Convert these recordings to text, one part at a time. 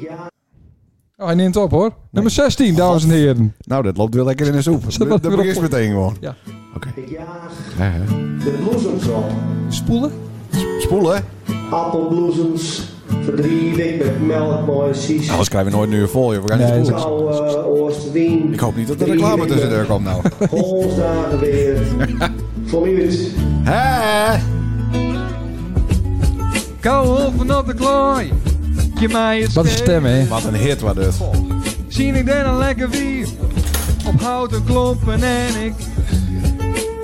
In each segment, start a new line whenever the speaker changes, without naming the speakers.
Ja.
Oh, hij neemt op hoor. Nummer 16, dames en heren.
Nou, dat loopt weer lekker in de soep.
Zet
Dat
dat weer op.
begint meteen gewoon.
Ja.
Oké.
Ik jaag
Ja, hè.
de bloesems op.
Spoelen?
Spoelen.
Appelbloesems verdrief ik met melkmooisies.
Anders krijgen we nooit nu vol, joh. We gaan
Nee,
niet spoelen.
Blauwe oosterwien.
Ik hoop niet dat er reclame tussendoor komt nou.
Golfdagen weer. Vooruit.
Hè?
Kou op vanaf de klooi. Je mij is
Wat een stem, hè?
Wat een hit was dit.
Zie ik dan een lekker wier. Op houten klompen en ik.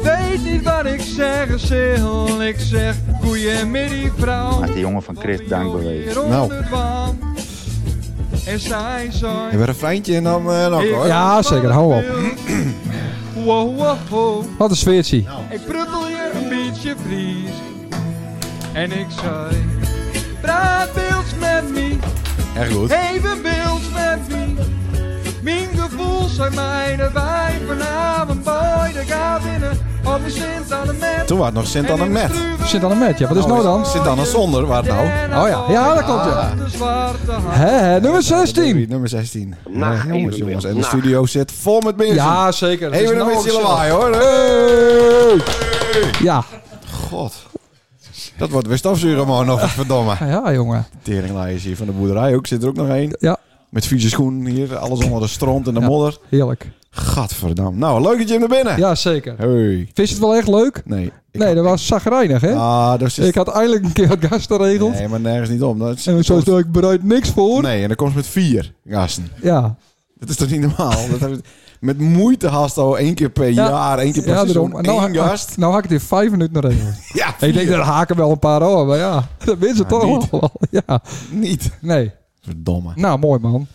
Weet niet wat ik zeggen zil. Ik zeg goeiemiddag vrouw.
Had die jongen van Chris dankbewezen.
Nou.
En zij zei.
Je bent een vriendje en dan eh nog hoor.
Ja, zeker. Hou op.
Wow, wow, wow.
Wat een sfeertje.
Nou.
Ik prutel je een beetje vries. En ik zei. Praat beelds met me.
Echt goed.
Even beeld met wie? Mijn gevoel zijn mij de wij vanavond boy de gaat winnen. Of we Sint aan de met.
Toen was het nog Sint aan de Met.
Zit aan een match. Ja, wat is nou dan?
Sint aan de Zonder, waar het nou?
Oh ja. Ja, dat klopt, ja.
De zwarte hand.
Hè, hè, nummer 16.
Nummer 16.
Nou,
Ja, jongens,
even
jongens.
weer.
En de
Nou.
studio zit vol met mensen.
Ja, zeker. Dat is
Even een
nou
beetje
ook zo.
lawaai hoor.
Ja.
God. Dat wordt weer stofzuren, man. Nog verdomme.
Ja, jongen.
Teringlaaiers hier van de boerderij ook. Zit er ook nog één.
Ja,
Met vieze schoenen hier. Alles onder de stront en de
Ja.
modder.
heerlijk.
Gadverdam. Nou, leuk dat je hem naar binnen.
Ja, zeker.
Hey.
Vind je het wel echt leuk?
Nee. ik-
Nee, dat was zagrijnig, hè?
Ah, dat is
Ik had eindelijk een keer wat gasten geregeld.
Nee, maar nergens niet om. Dat is...
En zo stel ik bereid niks voor.
Nee, en dan komt ze met vier gasten.
Ja,
Dat is toch niet normaal? Dat heb ik- met moeite haast al één keer per
Ja.
jaar, één keer per
ja
seizoen,
daarom. Nou,
één
ha-
gast.
nou hak ik dit vijf minuten naar regelen.
Ja,
ik denk,
vier.
daar haken wel een paar over. Maar ja, dat winnen ze
Maar
toch
niet.
wel. Ja,
Niet.
nee.
Verdomme.
Nou, mooi man.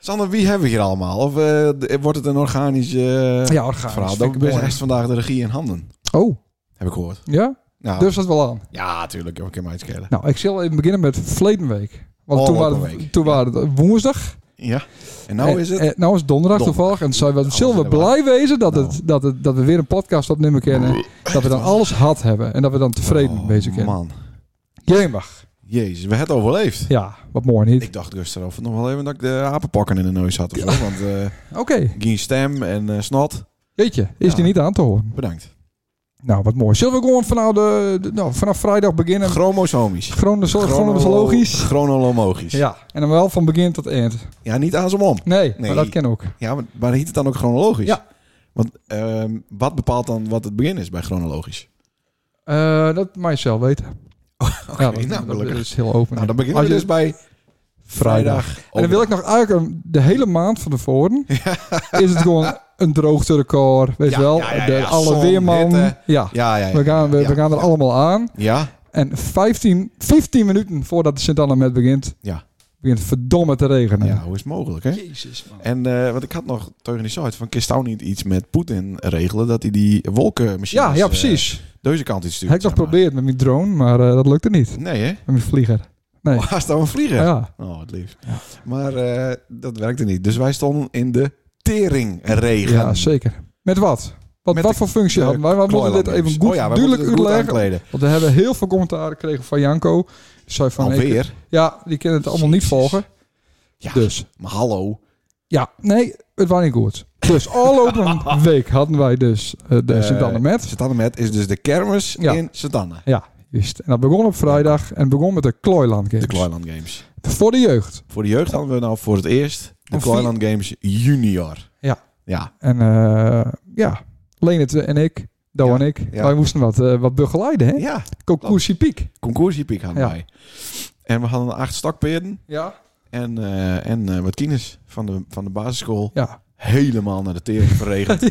Sander, wie hebben we hier allemaal? Of eh, d- wordt het een organisch, eh,
Ja, organisch.
verhaal?
Vind
Dat
ik
is
mooi.
echt vandaag de regie in handen.
Oh,
Heb ik gehoord.
ja?
Ja,
Dus dat wel aan.
ja tuurlijk. Heb ik hem uitschelen.
Nou, ik zal even beginnen met verleden week. Want
Oh,
toen,
wat een
waren,
week.
toen waren het woensdag.
Ja. En nou
En-
is het...
en nou is het donderdag,
Donderdag.
toevallig. En zullen we,
Alles
zullen we
in de war.
blij wezen dat,
Nou.
het, dat, het, dat we weer een podcast opnemen kennen. Dat we dan alles had hebben. En dat we dan tevreden
Oh,
bezig zijn.
Man.
Jemig.
Jezus, we hebben het overleefd.
Ja, wat mooi niet.
Ik dacht rustig of nog wel even dat ik de apenpakken in de neus had of zo. Want eh
Oké.
geen stem en eh, snot.
Jeetje, is
Ja.
die niet aan te horen.
Bedankt.
Nou, wat mooi. Zullen we gewoon vanaf, de, de- nou, vanaf vrijdag beginnen?
Chromosomisch.
Chrono- Chronologisch.
Chronologisch. Ja.
Ja, en dan wel van begin tot eind.
niet aan z'n om.
Nee,
Nee.
maar dat ken ook.
Ja, maar, maar heet het dan ook chronologisch?
Ja.
Want ehm, wat bepaalt dan wat het begin is bij chronologisch?
Eh, dat mag je zelf weten. ja, dat,
nou,
dat
gelukkig.
is heel open.
Nou, dan beginnen
Als
we
je-
dus bij vrijdag.
En dan wil ik nog eigenlijk een- de hele maand van tevoren... is het gewoon een droogterecord, weet je
Ja,
wel?
ja, ja,
de,
ja.
alle
Zon,
weerman.
hitte.
Ja,
Ja, ja, ja.
we gaan, we,
ja,
we gaan er
ja.
allemaal aan.
Ja?
En 15, 15 minuten voordat de sint anna met begint...
Ja.
begint het verdomme te regenen.
Ja, hoe is het mogelijk, hè?
Jezus, man.
En eh want ik had nog tegen die site van... Kist niet iets met Poetin regelen... dat hij die wolkenmachines...
Ja, ja,
eh,
precies.
deze kant iets stuurt.
Heb ik nog
zeg maar.
geprobeerd met mijn drone, maar eh, dat lukte niet.
Nee, hè?
Met mijn vlieger. Nee.
Oh, hij is dan een vlieger.
Ja.
Oh, het liefst. Maar eh, dat werkte niet. Dus wij stonden in de teringregen.
ja, zeker. Met wat? Wat,
Met
wat
de-
voor functie
de
hadden wij? We moeten dit even
klooilandings.
goed,
Oh ja, wij
duidelijk
moeten het goed
uitleggen.
aankleden.
Want we hebben heel veel commentaren gekregen van Janko. Die zei van, ik-
Alweer?
ja, die kunnen het allemaal niet
Jezus.
volgen.
Ja,
Dus,
maar hallo.
ja, nee, het was niet goed. Dus al op een week hadden wij dus eh, de
Eh,
Sint-Anne met.
Satanne Met is dus de kermis
Ja.
in Satanne.
Ja, juist. En dat begon op vrijdag en begon met de Klooiland
De
Games.
Kloiland Games.
Voor de jeugd.
Voor de jeugd hadden we nou voor het eerst de
Om
Kloiland Games junior.
Ja.
Ja.
En eh, ja, Lenert en ik, Do
Ja,
en ik,
ja.
wij moesten wat, eh, wat begeleiden, hè?
Ja.
Kokoesie Piek.
Concoursiepik hadden
Ja.
wij. En we hadden acht stakpeerden
Ja.
en, eh, en eh, wat kines van de, van de basisschool.
Ja.
Helemaal naar de tering verregend.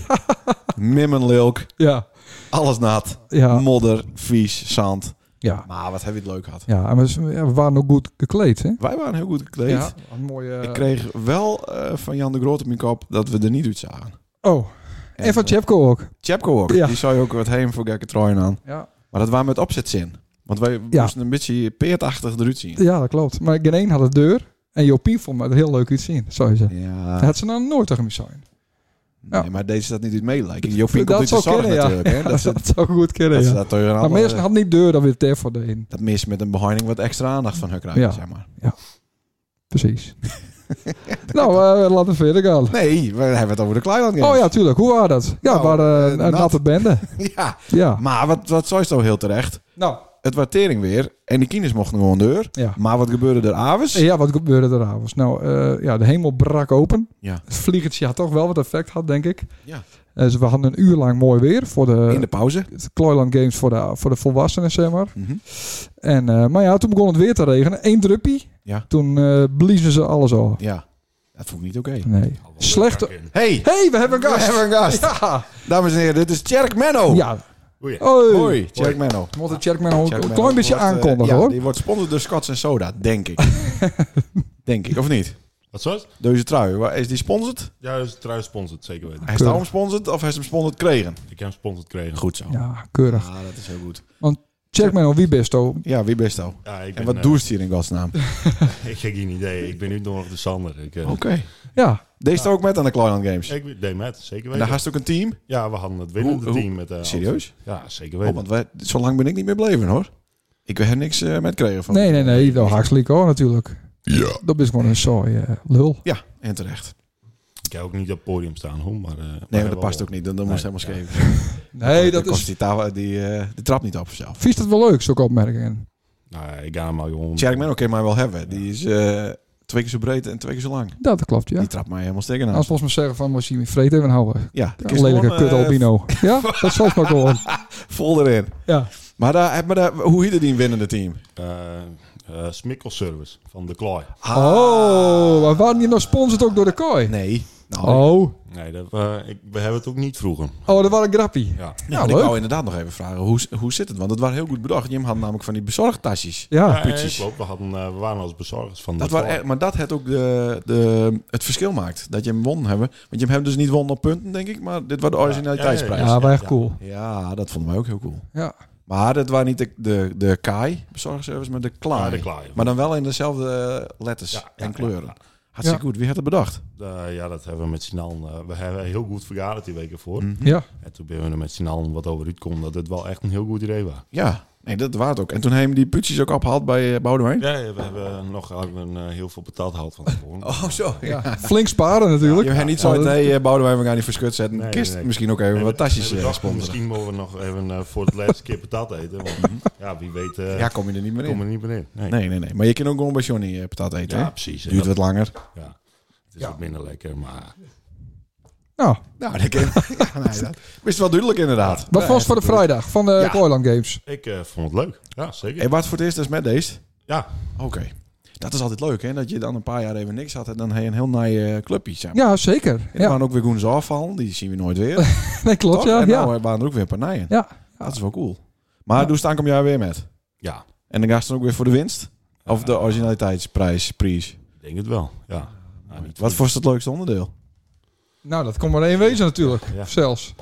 Mimmenlilk,
Ja.
alles nat.
Ja.
modder, vies, zand.
Ja.
Maar wat heb je het leuk gehad.
ja. En we, z- ja, we waren ook goed gekleed, hè?
Wij waren heel goed gekleed.
Ja. Een mooie...
Ik kreeg wel eh, van Jan de Groot op mijn kop dat we er niet uit zagen.
Oh, en van Chepko ook.
Chapko ook.
Ja.
Die zou je ook wat heen voor gekke trooien aan.
Ja.
Maar dat waren met opzetzin. Want wij
Ja.
moesten een beetje peertachtig eruit zien.
Ja, dat klopt. Maar geen één had de deur. En Jopie vond me er heel leuk iets zien, zou je zeggen.
Ja,
Dat had ze nou nooit tegen me zijn. ja.
Nee, maar deze staat niet uit meelijken. Jopie komt
dat
niet te
zou
zorgen
kunnen, ja.
natuurlijk. Hè? Dat,
Dat,
ze,
zou goed kunnen,
dat
ja.
ze dat tegen een eh,
Maar
ander-
meestal had niet deur, dan weer ter voor de in.
dat mis met een beheining wat extra aandacht van hun krijgen,
Ja.
zeg maar.
Precies. nou, eh, laten we verder gaan.
Nee, we hebben het over de Kleiland
Oh ja, tuurlijk. Hoe was dat? Ja,
Nou,
maar eh,
eh,
een
nat.
natte bende.
ja.
Ja.
Maar wat, wat zei je toch heel terecht?
Nou,
Het was tering weer en die kines mochten gewoon deur.
Ja.
Maar wat gebeurde er avonds?
Nou, ja, wat gebeurde er avonds? Nou, eh, ja, de hemel brak open.
Ja.
Het vliegertje had toch wel wat effect gehad, denk ik.
Ja.
Eh, dus we hadden een uur lang mooi weer voor de,
In de pauze.
het Kloiland Games voor de, voor de volwassenen, zeg maar.
Mhm.
En, eh, maar ja, toen begon het weer te regenen. Eén druppie.
Ja.
Toen eh, bliezen ze alles al.
Ja. Dat vond ik niet oké.
Nee. Slechte...
Hey,
hey, we hebben een
we
gast!
hebben een gast. Oh.
Ja!
Dames en heren, dit is Tjerk Menno.
ja.
Hoi.
Hoi.
Hoi, Tjerk Menno.
We moeten Tjerkman ook
Tjerk
een
Menno
klein beetje
wordt, eh,
aankondigen,
ja,
hoor.
Die wordt sponsor door Scots en Soda, denk ik. denk ik, of niet?
Wat soort?
Deze trui, waar- is die sponsored?
Ja, dus trui sponsort, zeker weten.
Hij is daarom sponsored of hij is hem sponsored kregen?
Ik heb hem sponsort gekregen.
Goed zo.
Ja, keurig.
Ah, dat is heel goed.
Tjerkman, wie best ook?
Ja, wie best al?
Ja, ik ben,
En wat
eh,
doe je hier in godsnaam? Oké.
Ik heb geen idee. Ik ben nu nog de Sander. Ik,
Oh,
eh,
Ja.
Deze staat ook met aan de Clownland Games.
ik weet- nee, met, zeker
En
weten.
daar had je ook een team.
Ja, we hadden het winnende
Hoe- hoe-
team met... eh,
Serieus?
Alphen. Ja, zeker
Oh,
weten.
want wij, zo lang ben ik niet meer bleven hoor. Ik heb er niks eh, met kregen van.
Nee, nee, nee. Dat hartstikke hoor, natuurlijk. Ja. Dat is gewoon een saai eh, lul.
Ja, en terecht.
ik heb ook niet op het podium staan, hoor. Maar, eh,
Nee,
maar
maar dat past ook niet. Dan, dan
Nee,
moest helemaal scheef.
Nee, dat
Dan kost
is...
die, tafel, die, eh, die trap niet op zelf.
Vies dat wel leuk, zulke opmerkingen.
Nee, eh, nou, ik ga hem maar gewoon...
Tjerk Menno kan mij wel hebben. Die is eh, twee keer zo breed en twee keer zo lang.
Dat klopt, ja. Nou,
Die trapt mij helemaal steken aan.
Als we ons maar zeggen van, moet je me vreten even houden.
Ja, die
Een
kist
lelijke
gewoon,
kut
eh,
albino. Ja, dat zal ik maar gewoon.
Vol erin.
Ja.
Maar, daar, maar daar, hoe heette die winnende team?
eh eh, Smikkelservice van De Klooi.
Ah.
Oh, maar waren die nou sponsord ook door de kooi?
Nee. Nou,
Oh,
Nee, dat, eh, ik, we hebben het ook niet vroeger.
oh dat was een grappie.
Ja.
Nou,
Ja,
ik
leuk.
wou inderdaad nog even vragen, hoe, hoe zit het? Want het waren heel goed bedacht. Jim had namelijk van die bezorgtasjes.
Ja,
Nee,
putjes.
klopt. We, hadden, eh, we waren als bezorgers van
Ah, Dat
De
waren
Klooi.
echt, maar dat het ook de, de, het verschil maakt. Dat je hem won hebben. Want je hem dus niet won op punten, denk ik. Maar dit was de originaliteitsprijs. Ja,
ja, wij echt cool.
dat vonden wij ook heel cool.
Ja.
Maar dat waren niet de, de, de Kai bezorgservice, maar de Klaai.
Ja, de Klaai.
Maar dan wel in dezelfde eh, letters
Ja, ja,
en
ja,
kleuren.
ja.
Hartstikke
Ja.
goed. Wie had het bedacht?
Eh, ja, dat hebben we met Sinan. eh, we hebben heel goed vergaderd die weken voor.
Ja,
En toen ben we er met Sinan wat over uitkomen dat het wel echt een heel goed idee was.
Ja, nee, dat waren het ook. En toen hebben die putjes ook opgehaald bij eh, Boudewijn.
Ja, ja, we hebben nog een, eh, heel veel betaald gehad van tevoren.
Oh, zo. Ja.
flink sparen natuurlijk.
Je hebt niet
Ja,
zo
dat-
nee, eh, Boudewijn, we gaan die verschut zetten.
Nee,
Kist
nee, nee.
misschien ook even wat tasjes
We
eh,
dachten,
sponsoren.
Misschien mogen we nog even eh, voor het laatste keer patat eten. Want ja, wie weet eh
Mhm. Ja, kom je er niet meer in.
kom er niet meer in. Nee.
Nee, nee, nee. Maar je kan ook gewoon bij Johnny eh, patat eten.
Ja,
hè?
precies. hè.
Duurt wat langer.
Ja. Het is wat minder lekker, maar...
Nou,
Nou, dat kan... ja, nee, dat is wel duidelijk inderdaad.
wat was het voor de vrijdag van de
Ja.
Kooiland Games?
Ik eh, vond het leuk. Ja, zeker.
En wat voor het eerst is met deze?
Ja,
Oké. Dat is altijd leuk, hè? Dat je dan een paar jaar even niks had en dan heb je een heel naai eh clubje. Zeg maar.
Ja, zeker.
En er
Ja,
waren ook weer goens afvallen. Die zien we nooit weer.
nee, klopt.
Toch?
Ja,
en nou
ja.
eh, waren er ook weer een paar nijen.
Ja.
Dat is wel cool. Maar doe staan kom jij weer met.
ja,
En dan ga je dan ook weer voor de winst? Of de originaliteitsprijs, prijs.
ik denk het wel. Ja. Nou, niet
Wat was het leukste onderdeel?
Nou, dat kon maar één wezen natuurlijk.
Ja.
Zelfs.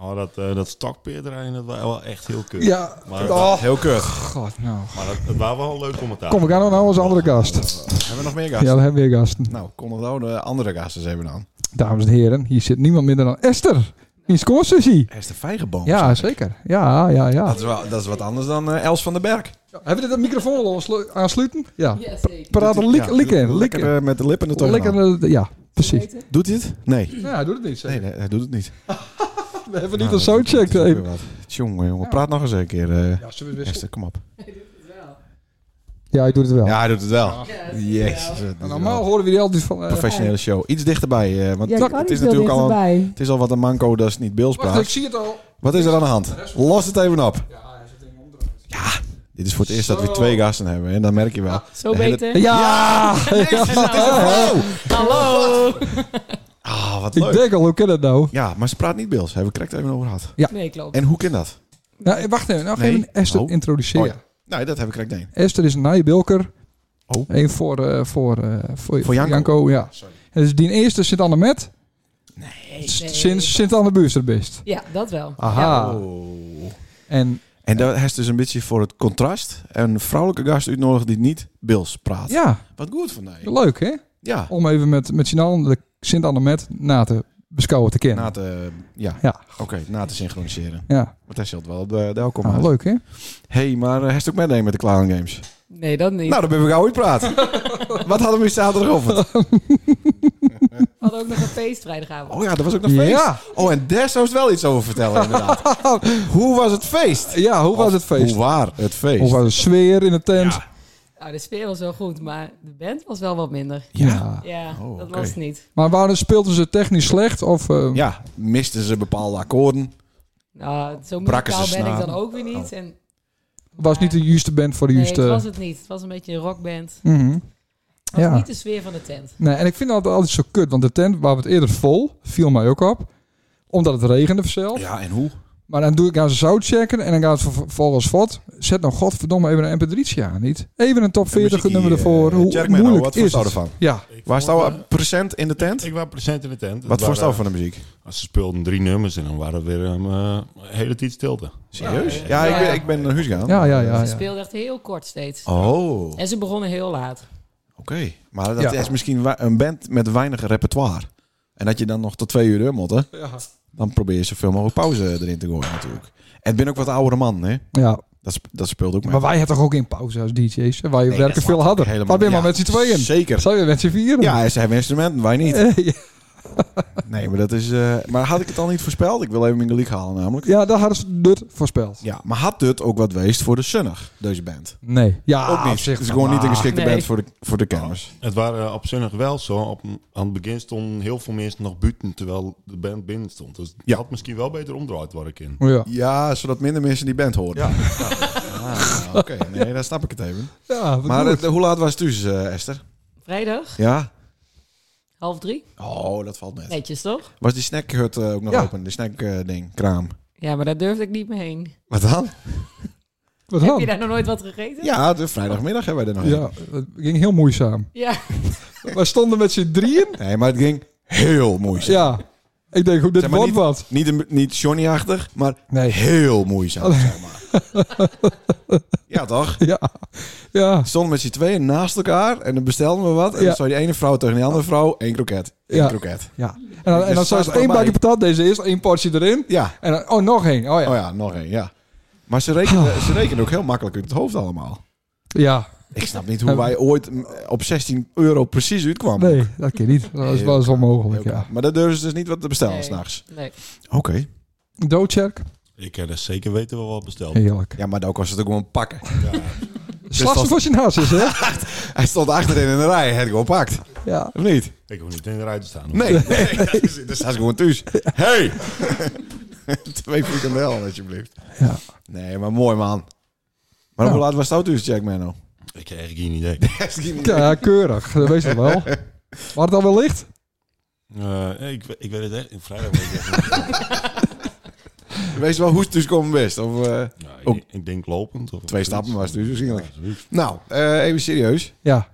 Oh, dat, eh dat stokpeerterrein, dat was wel echt heel kut.
Ja.
Maar-
oh,
Heel kut.
god, nou.
Maar dat, het was wel een leuk commentaar.
Kom, we gaan nou als andere gast.
Hebben we nog meer
Ja,
gasten?
dan hebben we weer gasten.
Nou, konden nou de andere gasten eens even aan.
Dames en heren, hier zit niemand minder dan Esther. Die is consensie.
Hij is de vijgenboom.
Ja, zeker. Ja, ja, ja.
Dat is, wel, dat is wat anders dan eh, Els van den Berg.
Hebben we dit microfoon al aanslu- aansluiten? Ja.
Yes, zeker.
Praat er lik,
Ja,
lik in. Lik
Lekker
in.
eh, met de lippen er toch
Lik in de- eh, ja, precies.
Weten?
Doet hij het? Nee.
Ja, doe het niet. zeg.
Nee, nee, hij doet het niet.
We hebben
Nou,
niet een soundcheck.
dat is ook weer
even.
wat. Tjonge, jongen.
Ja.
Praat nog eens een keer. eh
Ja, dus- zullen we het weer
Esther, kom op.
Ja, hij doet het wel.
Ja, hij doet het wel.
Ja,
Yes.
wel.
dat is
Nou,
wel
normaal horen we die altijd van... eh,
Professionele show. Iets dichterbij. eh, want
Ja,
dat-
ik kan
het is
niet veel
natuurlijk al, een-
dichterbij.
het is al wat een manco, dat is niet Bills
wacht, ik
praat.
zie het al.
Wat is er aan de hand? Los het even op.
Ja, hij zit in
Dit is voor het eerst dat we
Zo.
twee gasten hebben. En dan merk je wel.
Zo
hele-
beter.
Ja!
Oh,
Hallo.
ah, wat
Ik
leuk.
denk al, hoe kan dat nou?
Ja, maar ze praat niet Bills. Hebben we correct even over gehad.
Nee, klopt.
En hoe kan dat?
Nou, wacht even. Nou,
Nee.
even Esther
Oh.
introduceren.
Oh Nee, dat hebben we correct één.
Esther is een naaibilker.
Oh.
Eén voor, eh, voor, eh, voor, voor Janko.
Janko.
ja.
Sorry.
En dus die eerste sint anne met
Nee, nee.
sinds sint anne buurster best.
Ja, dat wel.
Oh.
Oh.
Ja.
Aha.
Ah.
En
En dat is dus een beetje voor het contrast. Een vrouwelijke gast uitnodigen die niet Bills praat.
ja,
Wat goed van mij.
leuk hè?
Ja.
Om even met, met Sinan de sint anne met na te beschouwen te kennen.
Na te, ja.
Ja.
Oké, na te synchroniseren.
Ja,
Want hij zult wel de, de welkom
Ah,
uit.
leuk hè?
hey, maar eh, hij is ook meteen met de Clown Games.
Nee, dat niet.
Nou, dan ben we gauw uitpraat. Wat hadden we hier zaterdag over?
We hadden ook nog een feest vrijdagavond.
Oh ja, dat was ook nog feest.
Ja.
Oh, en daar zou ze wel iets over vertellen, inderdaad. hoe was het feest?
Ja, hoe was het feest?
Hoe waar het feest?
Hoe was de sfeer in de tent?
Ja.
Nou, de sfeer was wel goed, maar de band was wel wat minder.
Ja.
Ja,
Oh,
dat
oké.
was het niet.
Maar waren, speelden ze technisch slecht? Of, eh,
Ja, misten ze bepaalde akkoorden?
Nou, zo
Brakken
muzikaal
ze
ben ik
snaar.
dan ook weer
Oh.
niet. En,
Was niet de juiste band voor de
nee,
juiste...
het was het niet. Het was een beetje een rockband.
Mhm.
Het was
Ja.
niet de sfeer van de tent.
Nee, en ik vind dat altijd zo kut, want de tent waar we het eerder vol, viel mij ook op. Omdat het regende zelf.
Ja, en hoe?
Maar dan doe ik aan ze zout checken en dan gaat het vervolgens fort. Zet nou godverdomme even een mp3'tje aan, niet? Even een top 40
muziekie,
nummer ervoor.
eh,
Hoe
check me nou,
moeilijk
wat
is
vond
het?
je ervan?
Ja,
Waar staan we present in de tent?
Ik was present in de tent.
Wat
Het
voor stel
waren-
van de muziek?
Ze speelden drie nummers en dan waren het weer een eh, hele tijd stilte.
Serieus? Ja, ik ben, ik ben naar huis gegaan.
ja, ja.
Ze
ja, ja.
speelden echt heel kort steeds.
Ah, Oh, oké.
En ze begonnen heel laat.
Maar dat
Ja.
is misschien wa- een band met weinig repertoire. En dat je dan nog tot twee uur door moet, hè?
Ja.
Dan probeer je zoveel mogelijk pauze erin te gooien natuurlijk. En het ben ook wat oudere man, hè?
Ja,
Dat, sp- dat speelt ook mee.
maar wij hebben toch ook in pauze als DJ's? Wij
Nee,
werken
dat
veel
slaat
harder.
ook
Wij
helemaal-
ben maar
ja,
met z'n tweeën.
Zeker.
Zijn we met z'n vieren?
Ja, ze hebben instrumenten, wij niet.
Eh, ja.
Nee, maar dat is... eh, maar had ik het al niet voorspeld? Ik wil even mijn league halen namelijk.
Ja, daar hadden ze het voorspeld.
Ja, maar had dit ook wat weest voor de Sunnig, deze band?
Nee. Ja,
ook
op
niet. Dus
zich
Het is
wel,
gewoon niet een
maar-
geschikte
Nee.
band voor de, voor de kermis.
Het waren op zonnig wel zo. Op, aan het begin stonden heel veel mensen nog buiten terwijl de band binnen stond. Dus je
Ja.
had misschien wel beter omdraaid waar ik in.
Ja.
Ja, zodat minder mensen die band horen. Ja. Ah, Oké, nee, dan snap ik het even.
ja wat
Maar
doe
eh, hoe laat was het dus, eh, Esther?
Vrijdag,
Ja?
half drie.
Oh, dat valt net.
Netjes toch?
Was die snackhut eh, ook nog
Ja.
open? De snackding, ding kraam.
Ja, maar daar durfde ik niet mee heen.
Wat dan?
ik? Wat
Heb
dan?
je daar nog nooit wat gegeten?
Ja, de vrijdagmiddag hebben wij er nog
Ja, het ging heel moeizaam.
Ja.
Wij stonden met z'n drieën.
een. Nee, maar het ging heel moeizaam.
Ja. Ik denk, goed, dit
Zeg maar
wordt
niet-
wat.
Niet, een- niet Johnny-achtig, maar
Nee.
heel moeizaam, zeg maar. ja, toch?
Ja. Ja.
Stonden met z'n tweeën naast elkaar en dan bestelden we wat. En
Ja.
dan zei die ene vrouw tegen die andere vrouw, één kroket, één
Ja.
kroket.
ja. En dan, en dan
Dus staat
zei ze
erbij.
één bakje patat. Deze is één portie erin.
Ja,
En dan, oh, nog één. Oh ja.
oh ja, nog één, ja. Maar ze
Oh.
rekenen, ze rekenen ook heel makkelijk in het hoofd allemaal.
Ja.
Ik snap niet hoe wij ooit mm, op 16 euro precies uitkwamen.
Nee, dat kan niet. Dat is wel eens onmogelijk,
Heel
ja.
raar. Maar dat durven ze dus niet wat te bestellen
Nee.
s'nachts.
Nee.
Oké.
Doodcheck.
Ik heb er zeker weten wel wat besteld.
Heerlijk.
Ja, maar dan was het ook gewoon pakken.
Slag ze
dat-
voor zijn hasses, hè?
Hij stond achterin in de rij, hij had gewoon pakt.
Ja.
Of niet?
Ik hoef niet in de rij te staan. hoor.
Nee, nee. dan staat ze dus gewoon thuis. Hey! Twee frikandellen, alsjeblieft.
Ja.
Nee, maar mooi, man. Maar
Ja.
hoe laat was het thuis, Jack Mano?
Ik heb eigenlijk geen idee.
Ja, keurig. Dat weet je wel. Waar het al wel licht?
Eh, ik, ik weet het echt. In vrijdag weet ik echt niet.
Wees wel hoe het thuis komen best. Of eh,
Nou, ik,
Ook-
ik denk lopend. Of
twee stappen was het dus waarschijnlijk.
Ja, zoiets.
Nou, eh, even serieus.
Ja.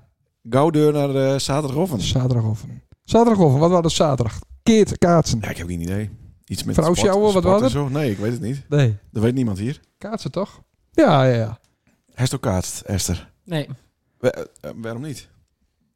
Gauw deur naar eh zaterdagochtend.
Zaterdagoven. Zaterdagoven. Wat was dat zaterdag? Keert kaatsen.
Ja, ik heb geen idee. Iets met
Vrouw
sport-
sjouwen, wat
sport
was
en zo? Nee, ik weet het niet.
Nee.
Dat weet niemand hier.
Kaatsen toch? Ja, ja, ja.
Hij is ook kaatst, Esther.
Nee,
We- eh, eh, waarom niet?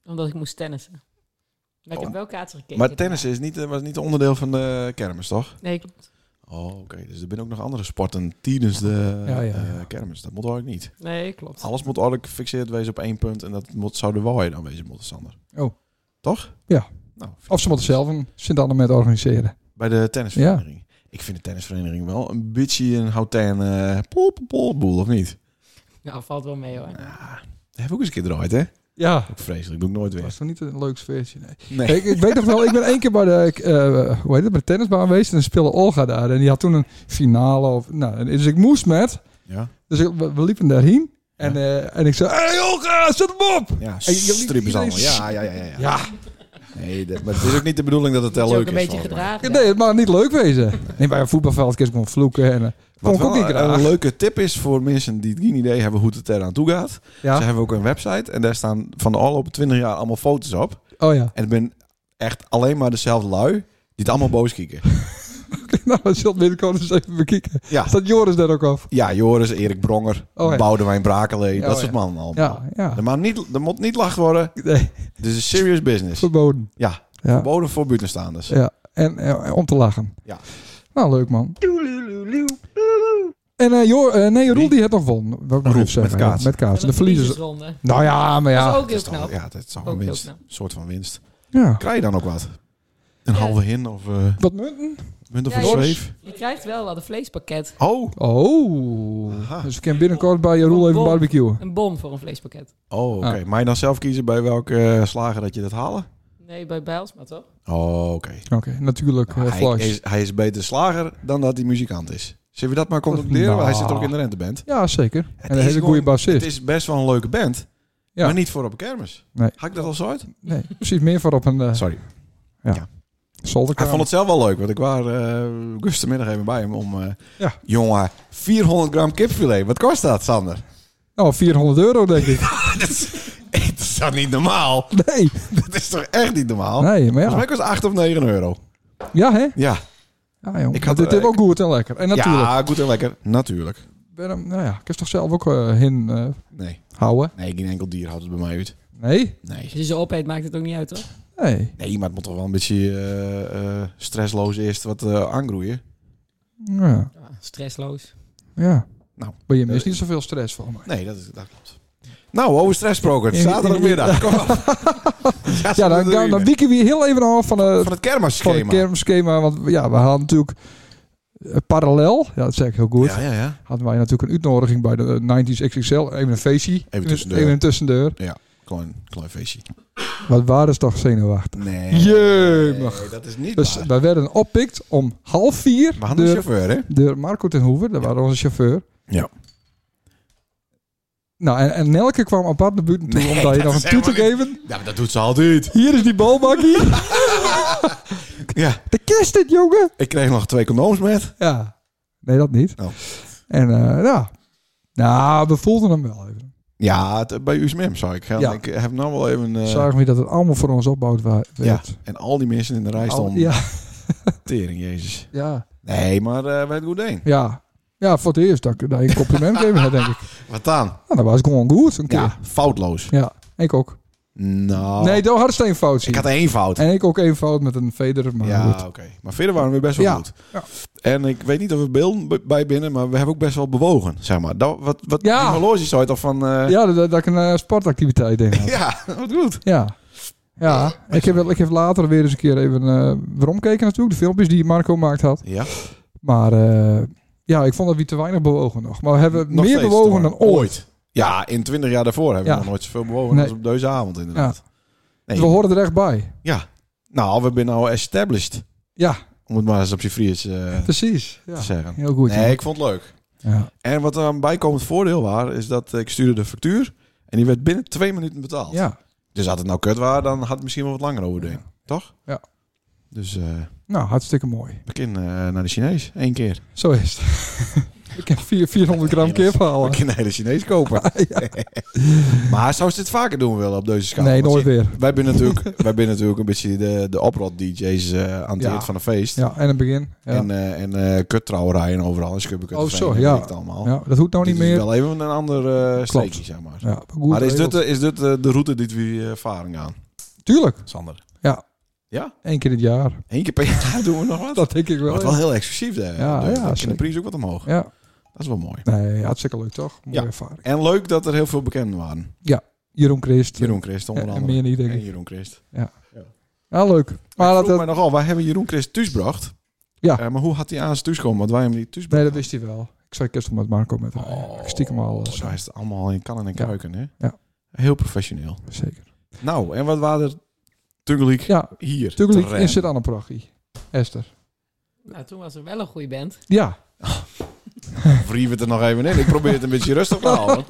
omdat ik moest tennissen. Maar ik
Oh.
heb wel kaatsen gekeken.
Maar tennis is niet, eh, was niet onderdeel van de kermis, toch?
Nee, klopt.
Oh, oké. Dus er zijn ook nog andere sporten tijdens de
Ja, ja, ja.
eh, kermis. Dat moet eigenlijk niet.
Nee, klopt.
Alles moet eigenlijk gefixeerd wezen op één punt. En dat moet, zou de waarheid aanwezig moeten, Sander.
Oh.
Toch?
Ja.
Nou,
Of ze moeten zelf een sint met organiseren.
Bij de tennisvereniging. Ik vind de tennisvereniging wel een beetje een houten eh pol, pol, pol, boel, of niet?
Nou, valt wel mee hoor.
Dat heb ik ook eens een keer draait, hè?
Ja.
Ook vreselijk. Doe ik nooit
Dat
weer.
was nog niet een leuk sfeertje, nee.
Nee.
Ik, ik weet nog wel, ik ben één keer bij de, ik, eh, hoe heet het, bij de tennisbaan geweest. En dan speelde Olga daar. En die had toen een finale. Of, nou, en- dus ik moest met.
Ja.
Dus ik- we, we liepen daarheen. En, eh, en ik zei, hey Olga, zet hem op!
Ja,
ik- ik-
strippen ze allemaal. Ja, ja, ja, ja. ja.
Ja.
Nee, dat, maar het is ook niet de bedoeling dat het heel
is
leuk
ook
is.
een beetje
volgens mij.
gedragen.
Nee, het mag niet leuk wezen. Nee, bij een voetbalveld kun je gewoon vloeken. En, eh, kon
Wat
ik ook niet
wel een,
graag.
leuke tip is voor mensen die geen idee hebben hoe het er aan toe gaat. Ze
Ja.
hebben ook een website en daar staan van de afgelopen 20 jaar allemaal foto's op.
Oh ja.
En het ben echt alleen maar dezelfde lui die het allemaal boos kieken.
Nou, we zullen binnenkort eens even bekijken.
Ja.
Staat Joris daar ook af?
Ja, Joris, Erik Bronger,
Oh, ja.
Boudewijn Brakelee,
Ja,
dat
oh,
soort
ja.
mannen allemaal.
Ja, ja.
Er, mag niet, er moet niet lachen worden.
Nee,
Dit is een serious business.
verboden.
Ja,
Ja.
verboden voor buitenstaanders.
Ja, en eh, om te lachen.
Ja.
Nou, leuk man. En eh Jor, eh, nee, Roel die het nog won. Wat ik nog
Roel,
even zeggen,
met kaats.
ja, Met kaats. En de verliezers.
ronde.
Nou ja, maar
Dat is
ja.
ook heel knap.
Ja, dat is toch een
Ook heel
winst.
knap.
Een soort van winst.
ja.
Krijg je dan ook wat? Een
Ja.
halve hin of eh
Wat munten?
munt of
Ja,
een
joh.
zweef?
Je krijgt wel wat een vleespakket.
Oh,
Oh.
Aha.
Dus ik kan binnenkort bij Roel even
Bom.
barbecuen.
Een bon voor een vleespakket.
oh oké.
Ah.
Maar je dan zelf kiezen bij welke eh, slager dat je dat halen?
Nee, bij Bijlsma toch?
Oh, oké.
Oké, natuurlijk. eh,
hij,
Flash.
is, hij is beter slager dan dat hij muzikant is. Zullen we dat maar concluderen?
Nou.
Want Hij zit ook in de renteband.
Ja, zeker. en een
is
hele
gewoon-
goede
Het
bassist.
is best wel een leuke band,
Ja.
maar niet voor op een kermis.
Nee.
Hak ik dat al zo uit?
Nee, precies meer voor op een eh
Sorry. Hij
zolderkamer.
vond het zelf wel leuk, want ik was eh gistermiddag even bij hem om... eh,
Ja.
Jongen, 400 gram kipfilet. Wat kost dat, Sander?
Nou, 400 euro denk ik.
dat, is, dat is toch niet normaal?
Nee,
Dat is toch echt niet normaal?
nee, maar
Oh. Volgens mij
ja.
kost 8 of 9 euro.
Ja, hè?
Ja,
Ja, jong.
Ik
Ik
had
had
er-
dit is ook goed en lekker. En natuurlijk.
ja goed en lekker. Natuurlijk.
ben hem- nou ja, ik heb toch zelf ook eh, hin eh,
Nee.
houden?
nee, geen enkel dier houdt het bij mij uit.
Nee?
Nee.
Als je ze opeet, maakt het ook niet uit, toch?
Nee.
Nee, maar het moet toch wel een beetje eh, eh, stressloos eerst wat eh, aangroeien.
Ja.
Ja, stressloos.
ja.
Nou.
Maar je mist niet zoveel stress van mij.
Nee, dat, is, dat klopt. Nou, over stress gesproken.
In-
Zaterdagmiddag. Kom op.
Ja, dan, dan, dan wieken we hier heel even af van, eh
Van het
van het
kermisschema.
kermschema. Want ja, we hadden natuurlijk eh, parallel, ja, dat zeg ik heel goed,
Ja, ja, ja.
hadden wij natuurlijk een uitnodiging bij de eh, 90s XXL. Even een feestje.
tussendoor.
Even een tussendeur.
Klein, klein feestje.
Wat waren ze toch zenuwachtig.
Nee.
Jemig.
Nee, dat is niet
Dus
waar.
wij werden oppikt om half vier
We hadden een
door,
chauffeur, hè?
door Marco ten Hoeven. Dat waren onze chauffeur.
Ja.
Nou, en, en Nelke kwam apart naar buiten toe
Nee,
omdat je
dat
nog een
is
toet te
helemaal niet-
geven.
Ja, maar dat doet ze altijd.
Hier is die balbakkie.
Ja,
De kist dit, jongen.
ik kreeg nog twee condooms met.
Ja. Nee, dat niet.
Oh.
En eh ja. Nou, we voelden hem wel even.
Ja, het- eh, bij USMM zou ik gaan.
Ja.
Ik heb nou wel even... eh,
Zagen we dat het allemaal voor ons opbouwd wa-
ja,
werd.
en al die mensen in de rij
Al-
stonden.
ja,
Tering, jezus.
ja,
Nee, maar eh wij het goed heen.
ja. Ja, voor het eerst dat ik dat je een compliment geven, denk ik.
Wat dan?
Nou, dat was gewoon goed een keer.
Ja, foutloos.
Ja, ik ook.
Nou,
Nee, dat had steen fout zien.
ik had één fout.
En ik ook één fout met een veder, maar
ja,
goed.
oké. Maar verder waren we best wel
Ja.
goed.
Ja.
En ik weet niet of we beelden b- bij binnen, maar we hebben ook best wel bewogen, zeg maar. Dat, wat, wat
Ja.
die horloge zou je toch van... eh,
Ja, dat, dat ik een eh, sportactiviteit in had.
ja, wat goed.
Ja. Ja, ik heb, wel- ik heb later weer eens een keer even eh waarom keken natuurlijk. De filmpjes die Marco gemaakt had.
Ja,
Maar eh, ja, ik vond dat we te weinig bewogen nog. Maar we hebben
Nog
meer
steeds
bewogen
te
dan
maken.
ooit.
Ja, in twintig jaar daarvoor hebben we
Ja.
nog nooit zoveel bewogen
Nee. Dus
als op deze avond inderdaad. Nee.
We horen er echt bij.
Ja. Nou, we zijn nou established.
Ja.
Om het maar eens op je Fries eh,
Precies. Ja.
te zeggen.
Heel goed.
Nee, ik vond het leuk.
Ja.
En wat er een bijkomend voordeel was, is dat ik stuurde de factuur en die werd binnen twee minuten betaald.
ja.
Dus als het nou kut was, dan had het misschien wel wat langer overduren. Toch?
Ja.
Dus eh
Nou, hartstikke mooi.
we kunnen eh, naar de Chinees. Eén keer.
Zo is het. ik heb vier- 400 gram kip
We
halen.
kunnen naar de Chinees kopen. maar zou ze dit vaker doen willen op deze schaal?
Nee,
Want
nooit
zie-
weer.
Wij zijn natuurlijk, wij zijn natuurlijk een beetje de, de oprot-dj's eh aan het
Ja.
eind van een feest.
Ja, en het begin. Ja,
En, eh en eh kuttrouwerijen overal. En schubbenkut.
Oh, zo, ja.
allemaal.
ja dat hoeft nou
eh, Dit
niet
is
meer.
wel even een ander eh steekje, zeg maar.
Ja, goed
maar is dit,
geregeld.
eh, is dit eh, de route die we eh, varen gaan,
Tuurlijk,
Sander?
één keer in het jaar.
Eén keer per jaar doen we nog wat.
Dat denk ik wel.
Wordt wel heel exclusief, hè?
Ja,
Dus
ja,
dan kan de
zeker.
prijs ook wat omhoog.
Ja,
Dat is wel mooi.
nee, hartstikke leuk toch? Mooie
Ja.
ervaring.
En leuk dat er heel veel bekenden waren.
Jeroen Christ.
Jeroen Christ onder
En- en
andere.
meer niet, denk
En
ik.
Jeroen Christ.
Ja, leuk.
Maar
Maar
ik
dat,
vroeg
dat,
mij nogal, wij hebben Jeroen Christ thuisbracht.
Ja.
Eh, maar hoe had hij aan zijn thuis komen? Want wij hem niet thuis
nee, dat wist hij wel. Ik zei gisteren met Marco met haar. Ik stiekem al. eh,
Oh, Zo hij is het allemaal in kannen en
Ja.
kruiken, hè?
Ja.
Heel professioneel.
Zeker.
Nou, en wat waren er Tuggelik
Ja,
hier?
natuurlijk
te rennen?
in Sint-Anneprachie. Esther.
Nou, toen was er wel een goede band.
Ja,
Wrie het er nog even in. Ik probeer het een beetje rustig te houden.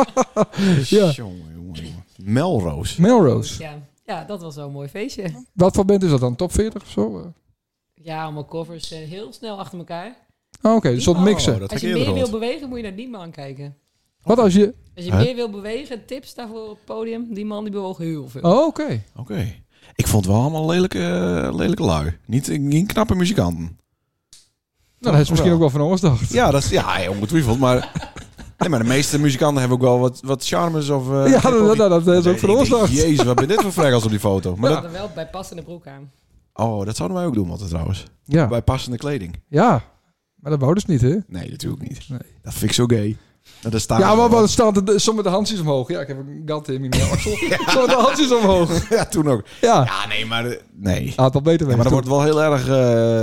Ja.
Jongen, jongen, jongen. Melrose.
Melrose.
Ja, ja dat was wel een mooi feestje.
Wat voor band is dat dan? Top 40 of zo? Eh,
Ja, allemaal covers eh, heel snel achter elkaar.
Oh, Oké, dus dat
Oh,
mixen.
dat
Als
heb
je
ik
meer
eerder
wil
gehoord.
bewegen, moet je naar die man kijken.
Wat als je...
Als je
Huh?
meer wil bewegen, tips daarvoor op het podium. Die man die bewoog heel veel.
Oh, oké.
Oké. Ik vond het wel allemaal lelijke, eh, lelijke lui. Niet, geen knappe muzikanten.
Nou, dat is misschien
Wel.
ook wel van ons dacht.
Ja, dat is ja, ja, ongetwijfeld. Maar, nee, maar de meeste muzikanten hebben ook wel wat, wat charmes. Of, eh,
ja, dat, dat, dat is ook
Ik
van ons
denk,
dacht.
Jezus, wat ben dit voor freggels op die foto? Maar
Maar
dat,
hadden wel bij passende broek aan.
oh, dat zouden wij ook doen, altijd trouwens.
Ja,
Bij passende kleding.
ja. Maar dat wou dus niet, hè?
Nee, natuurlijk niet.
Nee.
Dat vind ik zo gay. Dat is
Ja, maar wat staat er? Sommige de handjes omhoog. Ja, ik heb een gat in mijn axel. Sommige de handjes omhoog.
Ja, toen ook.
Ja,
Ja, nee, maar... eh, Nee.
had wel beter weten.
Ja, maar dat wordt wel heel erg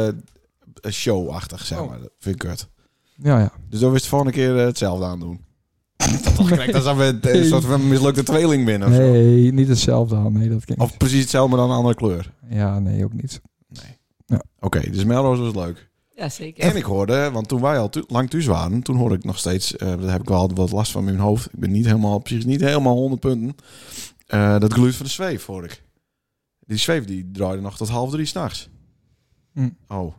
eh, showachtig, zeg
Oh.
maar. Dat vind ik kut.
Ja, ja.
Dus dan wist de volgende keer eh, hetzelfde aan doen. Kijk, dan zijn we het, eh, een soort van mislukte tweeling binnen of zo.
Nee, niet hetzelfde aan. Nee, dat ken ik.
Of precies hetzelfde, maar dan een andere kleur.
Ja, nee, ook niet.
Oké, dus Melrose was leuk.
Ja, zeker.
En ik hoorde, want toen wij al tu- lang thuis waren, toen hoorde ik nog steeds, eh daar heb ik wel wat last van in mijn hoofd. Ik ben niet helemaal, precies niet helemaal 100 punten. Eh, dat geluid van de zweef hoorde ik. Die zweef die draaide nog tot half drie s'nachts.
Hm.
Oh,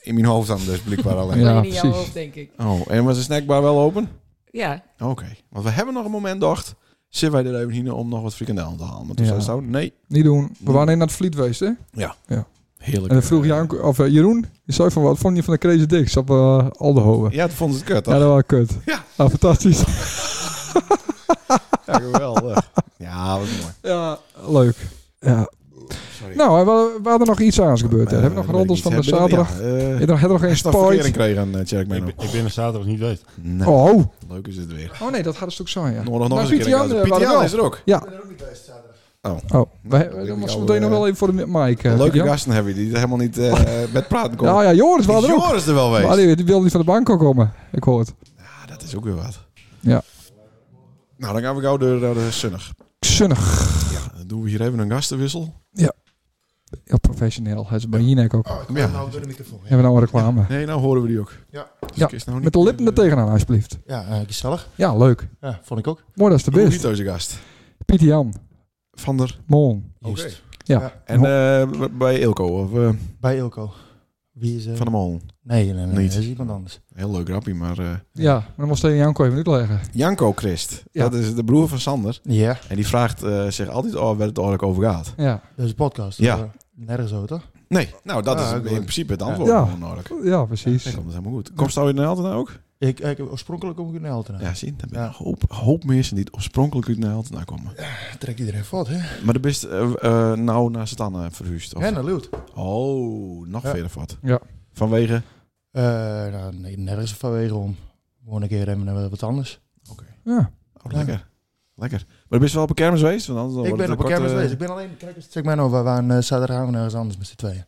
in mijn hoofd dan dus blijkbaar alleen.
Ja,
Ja, in jouw
precies.
hoofd, denk ik.
Oh, en was de snackbar wel open?
Ja,
Oké, want we hebben nog een moment dacht, zitten wij er even hier om nog wat frikandellen te halen. Maar toen
Ja.
zei ze, nou, nee,
Niet doen. We waren in naar het vliet geweest, hè?
heerlijk.
En dan vroeg Jan, of, eh, Jeroen, je zei van wat vond je van de Crazy Dicks op eh Aldehoven?
Ja, dat vond ze het kut,
Ja,
toch?
dat was kut.
Ja.
Ah, fantastisch.
Ja, geweldig. ja, wat mooi.
Ja, leuk. Ja.
Sorry.
Nou, eh, we, we hadden nog iets aans gebeurd. hè.
Eh,
hebben we nog
weet
roddels
ik
van de
niet.
zaterdag?
Ja, eh,
Heb je nog, heb je nog geen
Is nog verkering
spijt?
kregen aan uh, Tjerk
Ik,
Menno.
ben- ik ben er zaterdag niet geweest.
Nou,
Oh.
leuk is het weer.
oh nee, dat hadden ze ook zo, ja.
Nog, nog, nog
Nou,
eens een
Piet
keer.
Jan,
een
eh,
kans. Piet
waren
Jan
wel.
is er ook.
Ja. Oh, we, we,
ik
dat was
jou,
meteen nog
eh,
wel even voor de mic. eh,
Leuke
Jan.
gasten hebben die er helemaal niet eh, met praten kon.
Ja, ja, Joris was er ook.
Joris er wel
Maar
geweest.
die, die wilde niet van de bank komen, ik hoor het.
Ja, dat is ook weer wat.
Ja.
Nou, dan gaan we gauw door naar de zonnig.
Zinnig.
Ja, dan doen we hier even een gastenwissel.
Heel professioneel. Het is bij Jinek ook.
Oh, ik
Ja.
ja. nou door de microfoon. Ja,
Hebben we nou een reclame.
Nee, nou horen we die ook.
Ja.
Dus
Ja,
ik is nou niet,
Met de lippen er tegenaan, alsjeblieft.
ja eh, gezellig.
Ja, leuk.
Ja, vond ik ook.
Mooi, dat is de
Hoe heet
best.
deze gast?
Pieter Jan,
Van der.
Mon.
Juist.
Ja.
En eh, bij Ilko of eh,
Bij Ilko. Wie is... eh,
Van der Mol.
Nee, nee, nee. nee,
Niet.
Dat is iemand anders.
Heel leuk rappie, maar... eh,
ja, maar dan moest tegen Janko even uitleggen.
Janko Christ,
Ja.
dat is de broer van Sander.
Ja,
En die vraagt eh, zich altijd oh, waar het eigenlijk over gaat.
Ja,
dat is een podcast.
Ja.
Eh, nergens over, toch?
Nee, nou dat
Ah,
is
goed.
in principe het antwoord.
Ja.
Ja. Nodig.
ja precies.
Dan komt het helemaal goed. Komt Stouw Nijl nou ook?
Ik, ik, oorspronkelijk kom ik in Elten. Ja.
Ja, zie. Er zijn
Ja.
een hoop, hoop mensen die het oorspronkelijk uit Nijl naar komen.
Trek iedereen voort, hè? eh,
Maar de best eh, eh, nou naar Satan verhuisd. Of?
Ja, naar Leeuwarden.
Oh, nog
Ja.
verder wat.
Ja.
Vanwege?
Eh, nou, nee, nergens vanwege om. Gewoon een keer remmen naar wat anders.
Ja.
Oh,
Ja.
Lekker. Lekker. Maar ben je wel op een kermis geweest? Want anders dan
ik
wordt
ben
het
op een
korte-
kermis geweest. Ik ben alleen... Kijk eens, check mij nou. We waren eh, zaterdagavond nergens anders met z'n tweeën.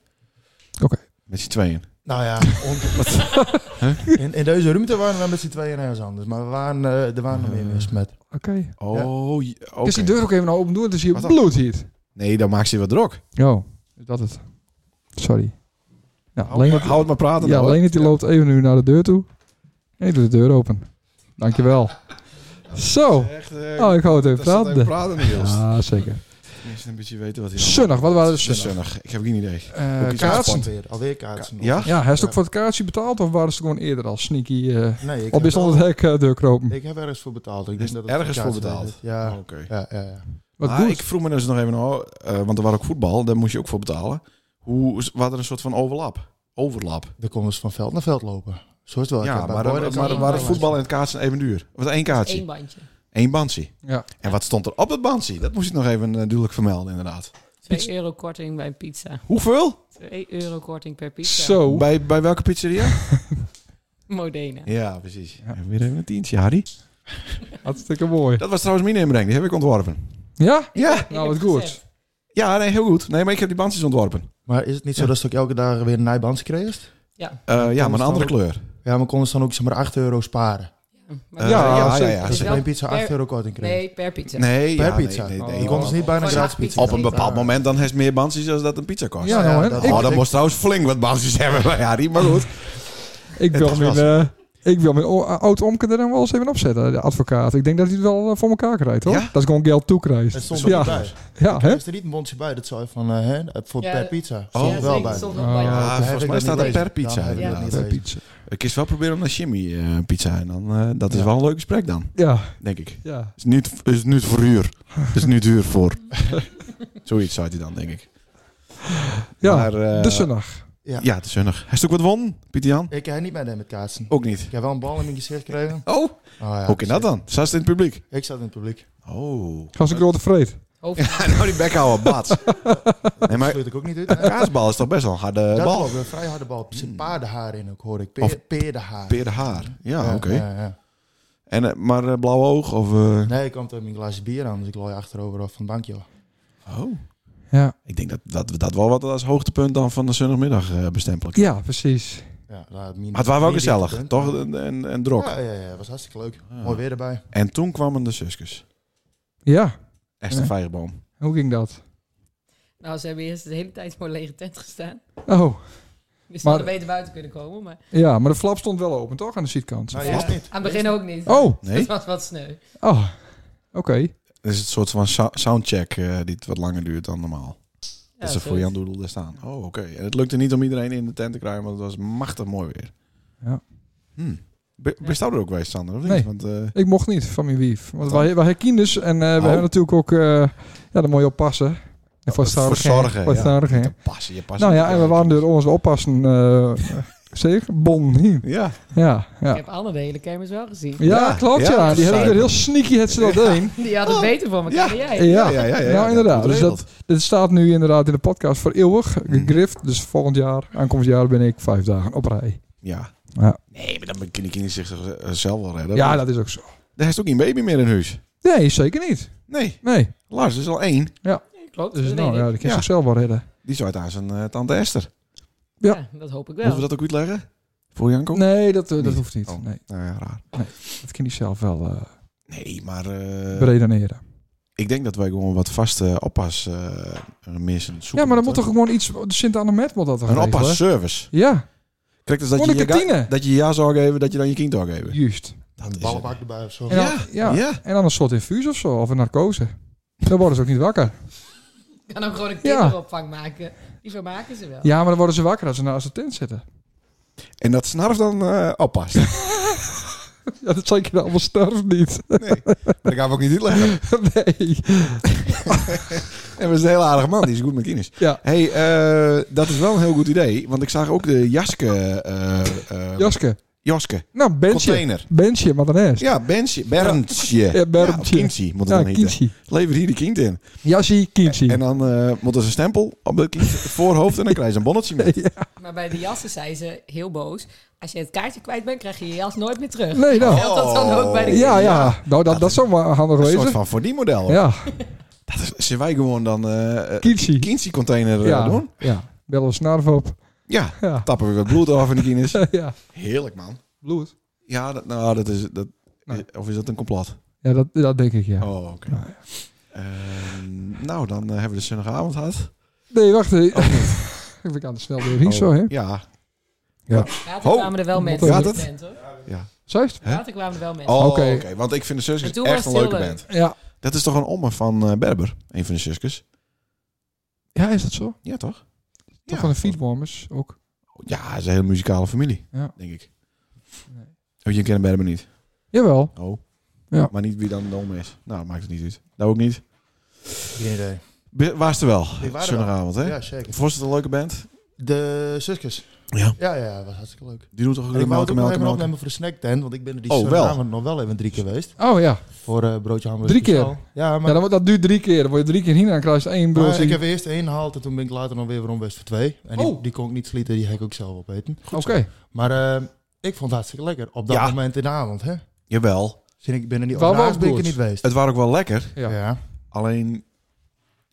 Met z'n tweeën.
Nou ja, on- in, in deze ruimte waren we met z'n tweeën nergens anders. Maar we waren, eh, er waren nog meer mensen met.
Oké.
Oh, je- oké.
Is die deur ook even nou open doen? Het is hier
Wat dan?
bloed hier.
Nee, dan maakt ze wat druk.
Oh, is dat het? Sorry. Ja, alleen
Hou
dat,
het maar, praten.
ja,
nou,
alleen dat die loopt even nu naar de deur toe. En ik doe de deur open. Dankjewel. Zo.
Echt, eh,
Oh, ik Ah. hou het even
dat staat even
praten.
praten, Niels.
Ja, zeker.
Mensen een beetje weten wat hier
Zonnig, wat waren de
allemaal-
zonnig?
Zonnig. Ik heb geen idee.
Eh,
Hoekjes
kaatsen.
Alweer, alweer kaatsen.
Ja?
Ja, hij is ook
Ja.
voor het kaartje betaald of waren ze gewoon eerder al sneaky? eh
Nee, ik
op
heb
is
wel-
onder het hek eh, doorkropen.
Ik heb ergens voor betaald. Ik
Dus
denk dat het
ergens voor
kaartje
betaald?
is. Ja,
Oh, Oké.
ja, ja, ja.
Wat
Maar
goed.
ik vroeg me dus nog even, oh, eh, want er was ook voetbal, daar moest je ook voor betalen. Hoe was er een soort van overlap? Overlap.
Dan konden ze van veld naar veld lopen. Zo is het wel. Ik
Ja,
heb bij
maar,
Boy
maar,
dat
maar
allemaal
waren
wel
voetbal en het kaatsen even duur? Wat één
één
kaartje?
bandje.
Eén bandje.
Ja.
En wat stond er op het bandje? Dat moest ik nog even eh, duidelijk vermelden, inderdaad.
2 euro korting bij een pizza.
Hoeveel?
2 euro korting per pizza.
Zo.
Bij, bij welke pizzeria?
Modena.
ja, precies. En weer even een tientje, Harry.
Hartstikke mooi.
Dat was trouwens mijn inbreng, die heb ik ontworpen.
Ja?
Ja,
Ik
Nou,
heb
wat goed.
gezegd,
ja nee, heel goed. Nee, maar ik heb die bandjes ontworpen.
eens. Maar is het niet zo dat ze ook elke dag weer een nijbandje kreeg?
Eh, ja, maar een andere
Constant.
kleur.
Ja, maar konden ze dan ook zeg maar 8 euro sparen?
maar
Eh,
dat
ja,
ja, ja,
zeker.
ja.
Als je
wel
bij een pizza 8
per-
euro korting kreeg.
Nee, per pizza.
Nee,
Per
ja, nee,
pizza.
nee, nee,
Oh.
je
Je
kon
kon dus niet bijna
Gewoon
gratis
acht
pizza.
Op een
Nee.
bepaald moment dan heeft meer bandjes als dat een pizza kost.
Ja, nou, hè.
dat-
ik,
oh, dat
ik-
moest trouwens flink wat bandjes hebben bij Harry, maar goed.
ik wil
Het
mijn,
was-
eh ik wil mijn o- oud omke er dan wel eens even opzetten, de advocaat. Ik denk dat hij het wel eh, voor elkaar krijgt, hoor.
Ja?
Dat is gewoon geld toekrijgt.
Het stond er
ja.
niet bij.
Ja, hè?
Er is er niet een mondje bij. Dat zou van, eh, hè, voor
Ja,
per
dat-
pizza.
Oh,
Stond er wel
zeker,
bij.
stond
Dan
er wel bij.
Ah,
heb
volgens
ik
mij
dat
staat
niet
er per
gelezen.
pizza,
Dan heb ik dat
inderdaad.
niet
Per
gelezen.
pizza.
Ik is wel proberen om naar Jimmy eh, pizza en dan, eh, dat is
Ja.
wel een leuk gesprek dan,
Ja,
denk ik.
ja.
Is niet, is niet voor huur. Is niet duur voor. Zoiets zei hij dan, denk ik.
Ja, Dus
Maar, eh,
de zondag.
Ja, te zonnig. Hij is ook wat won, Pieter Jan?
Ik heb niet meegedaan met kaatsen.
Ook niet.
Ik heb wel een bal in mijn gezicht gekregen.
Oh,
Oh, ja,
hoe kan dat dan? Zat ze in het publiek?
Ik zat in het publiek.
Oh.
Gaan ze grote vreed.
Hoofd.
Ja, nou die bekhouwer, bats. nee,
Dat
maar
sluit ik ook niet uit.
een kaasbal is toch best wel een harde
dat
bal? Hmm.
klopt, een vrij harde bal. Er zit paardenhaar in ook, hoor ik. Peer,
Of-
peerdenhaar.
Peer de haar. Ja,
Ja,
oké.
ja, ja.
En, eh, maar eh, blauw oog of... eh,
Nee, ik kwam tegen mijn glaasje bier aan, dus ik looi achterover af van het bankje. af.
Oh.
Ja,
Ik denk dat dat, we dat wel wat als hoogtepunt dan van de zondagmiddag eh, bestempelen.
ja precies.
Ja, daar, min-
Maar het was wel
min
gezellig,
dieptepunt.
toch? En, en, en drok.
Ja, ja, ja, het was hartstikke leuk. Mooi weer erbij.
En toen kwamen de zusjes.
Ja,
Echt een
Ja.
vijgenboom.
hoe ging dat?
Nou, ze hebben eerst de hele tijd voor een lege tent gestaan.
Oh,
Dus ze
Maar-
hadden beter buiten kunnen komen. Maar
ja, maar de flap stond wel open, toch? Aan de zijkant.
Nou,
Ja.
eerst niet.
aan het begin ook niet.
Oh,
Nee?
Het was wat sneu.
oh. oké.
Dat is het soort van sou- soundcheck eh, die het wat langer duurt dan normaal. dat ze
Ja,
voor Jan Doedel daar staan. Oh, oké. En het lukte niet om iedereen in de tent te krijgen, want het was machtig mooi weer.
Ja.
Hmm. Be- ben je daar ook geweest, Sander? Of niet?
Nee.
Want, eh,
Ik mocht niet van mijn wief.
Oh.
Want wij, wij hebben dus en eh, we hebben natuurlijk ook... eh ja, daar moet je op passen. En voor zorgen.
zorgen,
Voor
ja.
zorgen.
passen, je past
Nou
niet.
ja, en we waren door ons oppassen. eh, Zeker, bon. hier.
Ja,
Ja, ja.
Ik heb Anne de hele kermis wel gezien.
Ja, klopt,
ja,
ja.
dat
Die hebben
is zuiver.
er heel sneaky het ze dat heen.
Die hadden het beter voor elkaar
Oh. Ja.
dan jij.
Ja,
ja, ja. ja, ja,
nou inderdaad.
dat
Dus dat, dit staat nu inderdaad in de podcast voor eeuwig
Mhm.
gegrift. Dus volgend jaar, aankomend jaar, ben ik vijf dagen op rij.
Ja.
Ja.
Nee, maar dan kan ik zich eh, zelf wel redden.
ja, dat is ook zo.
Er is ook geen baby meer in huis.
Nee, zeker niet.
Nee,
Nee.
Lars er is al één.
Klopt.
Dus
dat
nou,
weet
ja,
ik.
dat kan
Ja.
zichzelf wel redden.
Die zou het aan zijn eh, tante Esther.
ja.
Ja, dat hoop ik
Moeten
wel.
we dat ook uitleggen? Voor Janko?
Nee, dat, eh, dat
Niet.
hoeft niet.
Oh.
Nee,
Nou ja, raar.
dat kan hij zelf wel eh
Nee, maar eh,
beredeneren.
ik denk dat wij gewoon wat vaste oppas eh missen. Zoeken
Ja, maar dan
moeten.
moet toch gewoon iets... De Sint-Anne-Met moet dat toch
Een
regelen?
oppasservice.
Ja,
Kijk, dus dat
Gewoon
je,
een
je ga-
kantine.
dat je je ja zou geven, dat je dan je kind zou geven.
juist.
Dat
Een
is het.
ballenbak erbij of zo.
En dan,
Ja,
ja.
ja.
En dan een soort infuus of zo, of een narcose. Dan worden ze ook niet wakker.
Ik kan ook gewoon een
Ja.
kinderopvang maken. Die vermaken ze wel.
Ja, maar dan worden ze wakker als ze naast de tent zitten.
En dat snarf dan eh oppast.
Ja, dat zal ik je allemaal sterven niet.
Nee, maar dat gaan we ook niet uitleggen.
nee.
En we is een heel aardige man, die is goed met kinders.
Ja.
hey, eh, dat is wel een heel goed idee. Want ik zag ook de Jaske... eh eh,
Jaske.
Jaske.
Nou, Bensje.
Container.
Bensje, maar dan eerst.
Ja, Bensje. Berntje.
Ja, Berntje.
of Kindsie moet het
Ja,
dan heten.
Kinsie.
Lever hier de kind in.
Jassie, Kinsie.
En dan eh moet er een stempel op het kind voorhoofd en dan krijg je een bonnetje mee.
Maar bij de jassen zei ze, heel boos... Als je het kaartje kwijt bent, krijg je je jas nooit meer terug.
Nee,
Oh,
nou.
Geldt dat dan ook bij de
Ja, ja. Nou, dat, dat zou maar handig
Een soort
wezen.
van voor die model.
Ja,
Dat is, zijn wij gewoon dan eh
Kinsie.
container eh,
ja.
doen?
Ja. Bel een snarf op.
Ja.
Ja.
Tappen we wat bloed af in de kines.
ja.
Heerlijk man.
Bloed.
Ja, dat, nou dat is dat.
Nee.
Of is dat een complot?
Ja, dat, dat denk ik, ja.
Oh, oké.
Nou,
Ehm, nou, dan eh, hebben we de zondagavond gehad.
Nee, wacht even.
Oh,
ik ben aan de snel weer niet zo, hè.
Ja.
Later
Ho,
kwamen er wel mensen
gaat
in de
het?
tent, hoor.
ja.
Zuist?
Hè?
Later kwamen er wel mensen.
Oh, oké.
Oké.
Want ik vind de
En
Suskers
toen
echt
was
een
het heel
leuke
leuk.
band.
Ja.
Dat is toch een omme van eh, Berber? Een van de Suskers.
Ja, is dat zo?
Ja, toch?
Toch
Ja. Oh,
van de feedwarmers ook.
Ja, het is een hele muzikale familie.
Ja.
Denk ik.
Nee.
Oh, je kent Berber niet?
Jawel.
Oh.
Ja.
Maar niet wie dan de omme is. Nou, dat maakt het niet uit. Dat ook niet.
Geen idee.
Be- Waar is er wel?
er wel.
Zondagavond, hè?
Ja, zeker.
Vond je het een leuke band?
De zusjes.
Ja.
Ja, ja, was hartstikke leuk.
Die doet toch
En ik
ook
wou het
melken, melken,
ook nog even
melken.
opnemen voor de snacktent, want ik ben er die
Oh, wel.
zondagavond nog wel even drie keer geweest.
Oh ja.
Voor eh, broodje hamburger.
Drie keer?
speciaal. Ja, maar
ja, dat, dat duurt drie keer. Dan word je drie keer hierna en krijg je één
Maar
broodje.
ik heb eerst één gehaald en toen ben ik later nog weer weer omwest voor twee. En die,
Oh.
die kon ik niet slieten, die heb ik ook zelf opeten.
Oké.
Maar eh, ik vond het hartstikke lekker. Op dat
Ja.
moment in de avond, hè.
Jawel.
Zin ik ben er niet
Waar
op
was
naast ben ik er
Broers?
niet geweest.
Het waren ook wel lekker.
Ja.
Ja.
Alleen,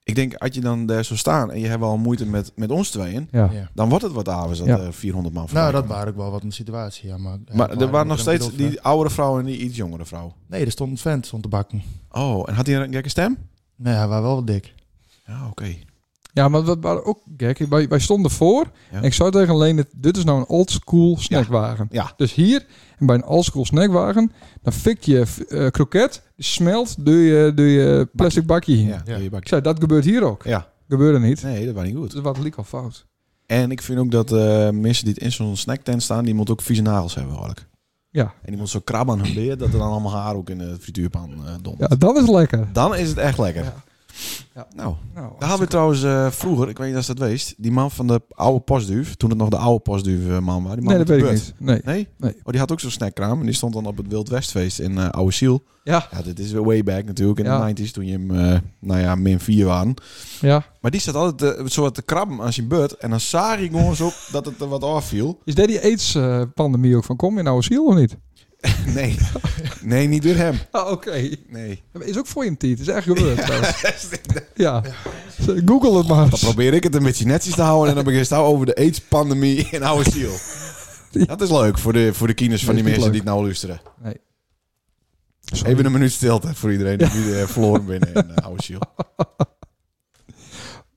ik denk, als je dan daar zo staan en je hebt al moeite met, met ons tweeën,
Ja.
Ja.
dan wordt het wat avonds dat
Ja.
er 400 man
Nou,
voorbij
dat
komen.
waren ook wel wat een situatie, ja. Maar, ja,
Maar er waren nog
ik
steeds
bedoel,
die oudere vrouw en die iets jongere vrouw.
Nee, er stond een vent stond te bakken.
Oh, en had hij een gekke stem?
Nee, hij was wel wat dik.
Ja, oké.
Ja, maar dat waren ook gek. Wij, wij stonden voor.
Ja.
En ik zou tegen Leen, dit is nou een oldschool snackwagen.
Ja.
Dus hier, en bij een oldschool snackwagen, dan fik je eh, kroket, die smelt door je, door je plastic bakje heen.
Ja,
Ja.
je bak-
Ik zei, dat gebeurt hier ook.
ja.
Gebeurde niet.
Nee, dat was niet goed.
Dus wat liep al fout.
En ik vind ook dat eh, mensen die in zo'n snacktent staan, die moeten ook vieze nagels hebben eigenlijk.
Ja.
En die moeten zo krabben aan hun beer dat er dan allemaal haar ook in de frituurpan eh domt.
Ja, dat is lekker.
Dan is het echt lekker.
Ja. Ja.
Nou,
Nou,
daar hadden we trouwens eh, vroeger, ik weet niet of dat weest, die man van de oude postduif, toen het nog de oude postduif eh, man was. Die man
nee, dat
met
weet
de
ik
put.
niet. Nee.
Nee?
Nee.
Oh, die had ook zo'n snackkraam en die stond dan op het Wild Westfeest in eh Oude Ziel.
Ja.
Ja, dit is weer way back natuurlijk, in
Ja.
de 90s toen je hem, eh, nou ja, min 4 waren.
ja.
Maar die zat altijd eh, zo wat te krabben aan zijn beurt en dan zag hij gewoon zo dat het er wat afviel.
Is daar die AIDS-pandemie ook van kom in oude ziel of niet?
Nee, nee, niet door hem.
Ah, oké.
Nee.
Is ook voor je tijd. Is echt gebeurd. trouwens. ja. Google het maar.
Dan probeer ik het een beetje netjes te houden en dan begin je nou over de AIDS-pandemie in oude ziel. Dat is leuk voor de, voor de kines van
Nee,
die
is niet
mensen die
leuk.
het nou luisteren.
Sorry.
Even een minuut stilte voor iedereen die nu eh, verloren binnen in eh, oude ziel.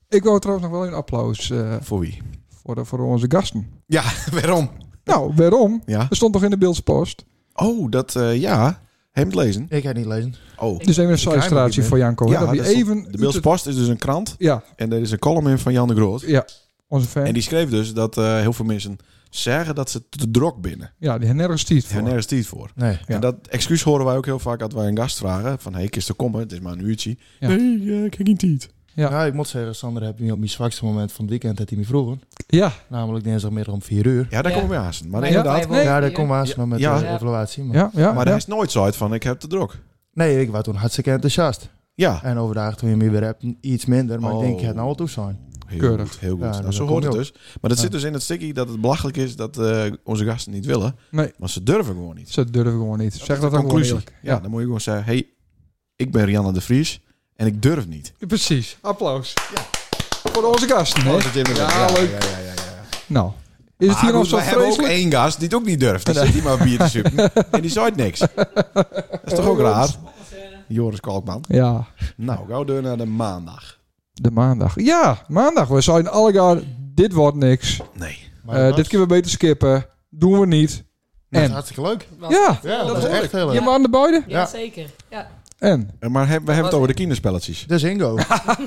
Ik wou trouwens nog wel een applaus eh,
Voor wie?
voor, de- voor onze gasten.
Ja, waarom?
Nou, waarom?
Ja.
Er stond toch in de Beeldse Post.
Oh, dat, eh, ja. Hem het lezen?
Ik heb niet lezen.
Oh.
Dus even een
krijg hem niet
side-stratie
meer.
voor Janko. hè,
Ja,
dat we
dat stond-
even
de Beeldse Post is dus een krant
Ja,
en er is een column in van Jan de Groot.
ja. Onze fan.
En die schreef dus dat eh, heel veel mensen zeggen dat ze te drok binnen.
ja, die heeft nergens stiet
Ze hebben
voor.
nergens tijd voor.
Nee.
Ja.
En dat excuus horen wij ook heel vaak als wij een gast vragen. Van, hé, hey, kist te komen, het is maar een uurtje.
Ja.
Nee, eh, ik heb geen tijd.
Ja.
Nou, ik moet zeggen, Sander heb me op mijn zwakste moment van het weekend heeft hij me vroegen.
Ja,
Namelijk dinsdagmiddag om 4 uur.
Ja, daar
Ja.
komen we aan. Maar,
Maar
inderdaad,
ja, wij wonen
ja, daar
hier.
kom maar eens maar met
Ja.
de evaluatie. Maar.
ja, ja.
maar
ja.
hij is nooit zo uit van, ik heb te drok.
Nee, ik was toen hartstikke enthousiast.
Ja,
En overdag toen je me weer hebt, iets minder. Maar
Oh.
ik denk, het nou al toe zijn.
heel
Keurig.
goed. Heel goed.
Ja,
nou,
dat
zo
komt
hoort het
ook.
dus. Maar dat
Ja.
zit dus in het stikkie dat het belachelijk is dat eh, onze gasten niet willen.
Nee.
Want ze durven gewoon niet.
Ze durven gewoon niet. zeg
is
dat
de
dan gewoon
conclusie.
eerlijk.
Ja, dan moet je gewoon zeggen, hey, ik ben Rianne de Vries en ik durf niet.
Ja, Precies. Applaus. Voor onze gasten, hè?
Oh, dat is inderdaad-
Ja, leuk.
Ja, ja, ja, ja, ja.
Nou, is het
Maar
hier nog
goed,
zo
we hebben ook
vreselijk?
één gast die het ook niet durft. Die zit hier maar bier te suppen en die zei niks. Dat is toch ook raar? Joris Kalkman.
Ja,
Nou, gauw door naar de maandag.
de maandag. Ja, maandag. We zeiden allegaar, dit wordt niks.
Nee.
Maar
Eh,
dat
dit kunnen we beter skippen. Doen we niet.
dat is
en?
hartstikke leuk.
Want-
Ja,
Ja, dat,
dat
is
hoor
echt heel
je
leuk.
maar aan de beide.
Ja, zeker. Ja,
En?
Eh, Maar heb- we hebben het over de kinderspelletjes.
Dus Ingo.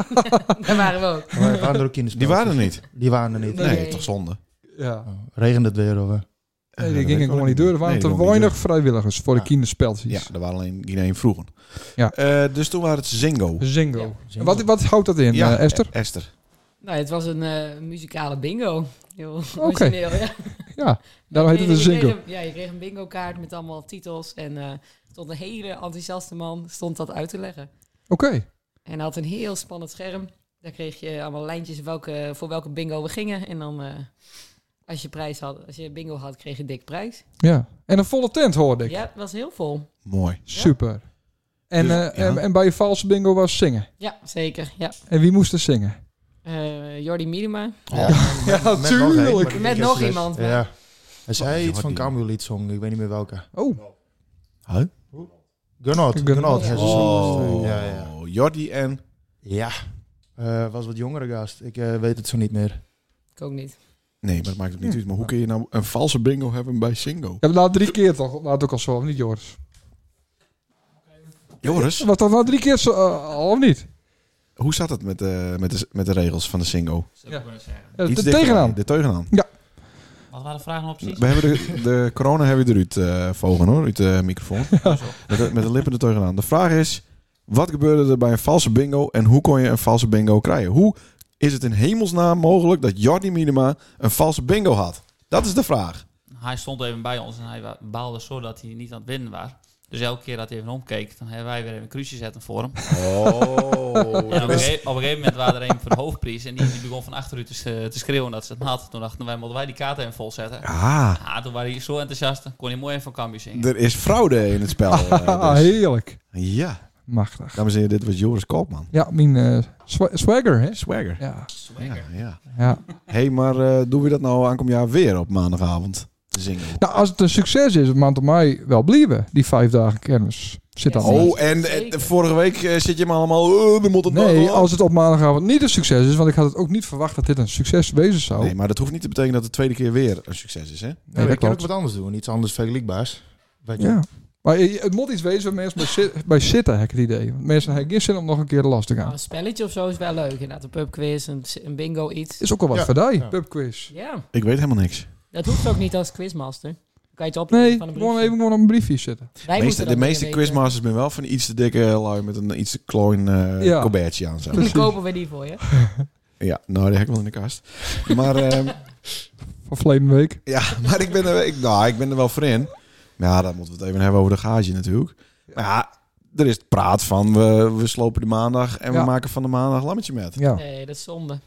daar waren we ook.
Wij waren er ook in de
Die waren er niet.
Die waren er niet.
Nee.
Nee, toch zonde.
Ja.
Oh, regende het weer of... eh?
Eh,
Nee,
dat
die
weet ik
gingen gewoon
ook
niet door. Er waren
Nee, die
te
gingen niet
weinig vrijwilligers voor de
Ja.
kinderspeltjes.
Ja, er waren alleen Guinea vroegen.
Ja.
Eh, dus toen waren het Zingo.
Zingo.
Ja,
En Wat, wat houdt dat in, eh, Esther?
eh, Esther.
Nou, het was een eh, muzikale bingo. Heel origineel, ja.
Ja, daarom heet het
Je
een zingo.
kreeg- je kreeg een- ja, je kreeg een bingo kaart met allemaal titels. En eh stond een hele enthousiaste man stond dat uit te leggen.
Oké.
En hij had een heel spannend scherm. Daar kreeg je allemaal lijntjes welke, voor welke bingo we gingen. En dan, eh, als, je prijs had, als je bingo had, kreeg je dik prijs.
Ja. En een volle tent hoorde ik.
Ja, het was heel vol.
Mooi.
Super. En,
Dus-
eh,
ja.
en, en bij je valse bingo was zingen.
Ja, zeker. Ja.
En wie moest er zingen?
Eh, Jordi Miedema.
Ja,
Met nog één, maar
tuurlijk.
die
Met
is
nog
dus-
iemand, maar-
Ja. Hij zei
Oh,
iets van
die-
Cambuur liedzong. Ik weet niet meer welke.
Oh,
Gunnout.
Gunnout.
Gunnout. hij is een
Oh,
song. Ja, ja.
Jordi en...
Ja. Eh, was wat jongere gast. Ik eh, weet het zo niet meer.
Ik ook niet.
Nee, maar dat maakt het niet
Hm.
uit. Maar hoe kun je nou een valse bingo hebben bij Zingo?
ja, na drie keer toch? Laat ook al zo, of niet Joris?
Joris,
Wat dan na drie keer zo, eh, al of niet?
hoe zat het met de, met de, met de regels van de Zingo?
Ja,
Iets
er
dichter
Eh, tegenaan.
bij, Eh, De tegenaan.
Wat waren de vragen nou precies?
We hebben de, de corona hebben we eruit eh vogelen hoor, uit de microfoon. Met, de, met de lippen er tegenaan. De vraag is, wat gebeurde er bij een valse bingo en hoe kon je een valse bingo krijgen? Hoe is het in hemelsnaam mogelijk dat Jordi Minima een valse bingo had? Dat is de vraag.
Hij stond even bij ons en hij wa- baalde zo dat hij niet aan het winnen was. Dus elke keer dat hij even omkeek, dan hebben wij weer even een kruisje zetten voor hem.
Oh.
En op,
dus-
een gege- op een gegeven moment waren er een voor de hoofdprijs en die, die begon van achteruit te, s- eh, te schreeuwen dat ze het had. Toen dachten wij, moeten wij die kaart even volzetten.
Ah,
Ah, toen waren hij zo enthousiast, dan kon hij mooi even van Cambuur zingen.
er is fraude in het spel. eh,
Ah,
dus.
heerlijk.
Ja,
Machtig.
dames en heren, dit was Joris Koopman.
Ja, mijn eh, swa- swagger, hè?
Swagger.
Ja,
Ja, ja.
ja.
hey, maar eh, doen we dat nou aankomend jaar weer op maandagavond? De Zingo.
Nou, als het een succes is, het maand op mei wel blijven, die vijf dagen kennis. Zit
Ja,
dan.
zeker.
Oh, en, en
Zeker.
vorige week eh, zit je me allemaal... eh, dan moet het
Nee,
nog-
als het op maandagavond niet een succes is, want ik had het ook niet verwacht dat dit een succes wezen zou.
Nee, maar dat hoeft niet te betekenen dat de tweede keer weer een succes is, hè?
Nee,
dat
we kunnen
klopt.
ook wat anders doen. Iets anders vergelijkbaars. Weet je.
Ja. Maar je- het moet iets wezen waar mensen bij, zit- bij zitten, heb ik het idee. Want mensen hebben geen zin om nog een keer de last te
Maar
gaan.
Nou, een spelletje of zo is wel leuk. Inderdaad, een pubquiz, een, een bingo iets.
Is ook al wat
Ja.
voor die,
Ja.
pubquiz.
Ja,
Ik weet helemaal niks.
dat hoeft ook niet als quizmaster. je het opnemen
Nee,
van een
gewoon
briefje?
even gewoon op een briefje zitten.
Wij
meeste,
moeten
de
dat weer
meeste
weten.
quizmasters zijn wel van iets te dikke lui met een iets te klein eh
Ja.
colbertje aan. Zo.
Hoe kopen we die voor je?
Ja, nou, die heb ik wel in de kast. Maar, ehm,
Van verleden week.
ja, maar ik, ben er, ik, nou, ik ben er wel voor in. Maar ja, dan moeten we het even hebben over de gage natuurlijk. Maar ja, er is het praat van we, we slopen de maandag en
Ja.
we maken van de maandag lammetje met.
Ja.
Nee, dat is zonde.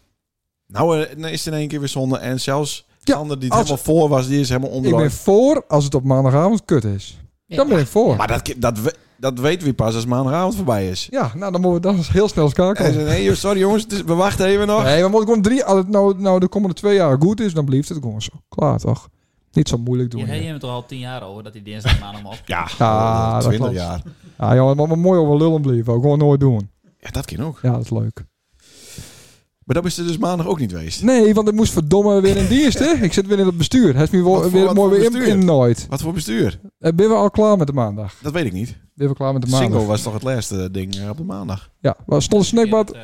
Nou eh, nee, is het in één keer weer zonde. En zelfs
Ja,
Sander, die het
als-
helemaal voor was, die is helemaal
Ik ben
onderuit.
voor als het op maandagavond kut is.
Ja.
Dan ben ik voor.
Maar dat, dat, we- dat weten we pas als maandagavond voorbij is.
Ja, nou dan moeten we dan heel snel
En
schakelen.
ze- nee, joh, sorry jongens, het is- we wachten even nog.
Nee, maar moet ik gewoon drie. Als het nou, nou de komende twee jaar goed is, dan blijft het gewoon zo. Klaar toch? Niet zo moeilijk doen.
Hier heb je
hier.
hem toch al tien jaar over dat hij dinsdag maandag mag.
Ja,
Ja, Ah, dat
20
klopt.
jaar.
Ah jongen, maar, maar mooi over lullen blijven. Ook gewoon nooit doen.
Ja, dat kan ook.
Ja, dat is leuk.
Maar dat is er dus maandag ook niet geweest.
Nee, want ik moest verdomme weer in dienst, hè? Ik zit weer in het bestuur. Hij is nu
Wat
wel-
voor-
weer
wat
mooi
voor
weer in,
bestuur?
in nooit.
Wat voor bestuur?
Eh, ben we al klaar met de maandag?
Dat weet ik niet.
Ben we klaar met de maandag?
Single was toch het laatste ding eh, op de maandag.
Ja, waar stond een snackbar?
Eh,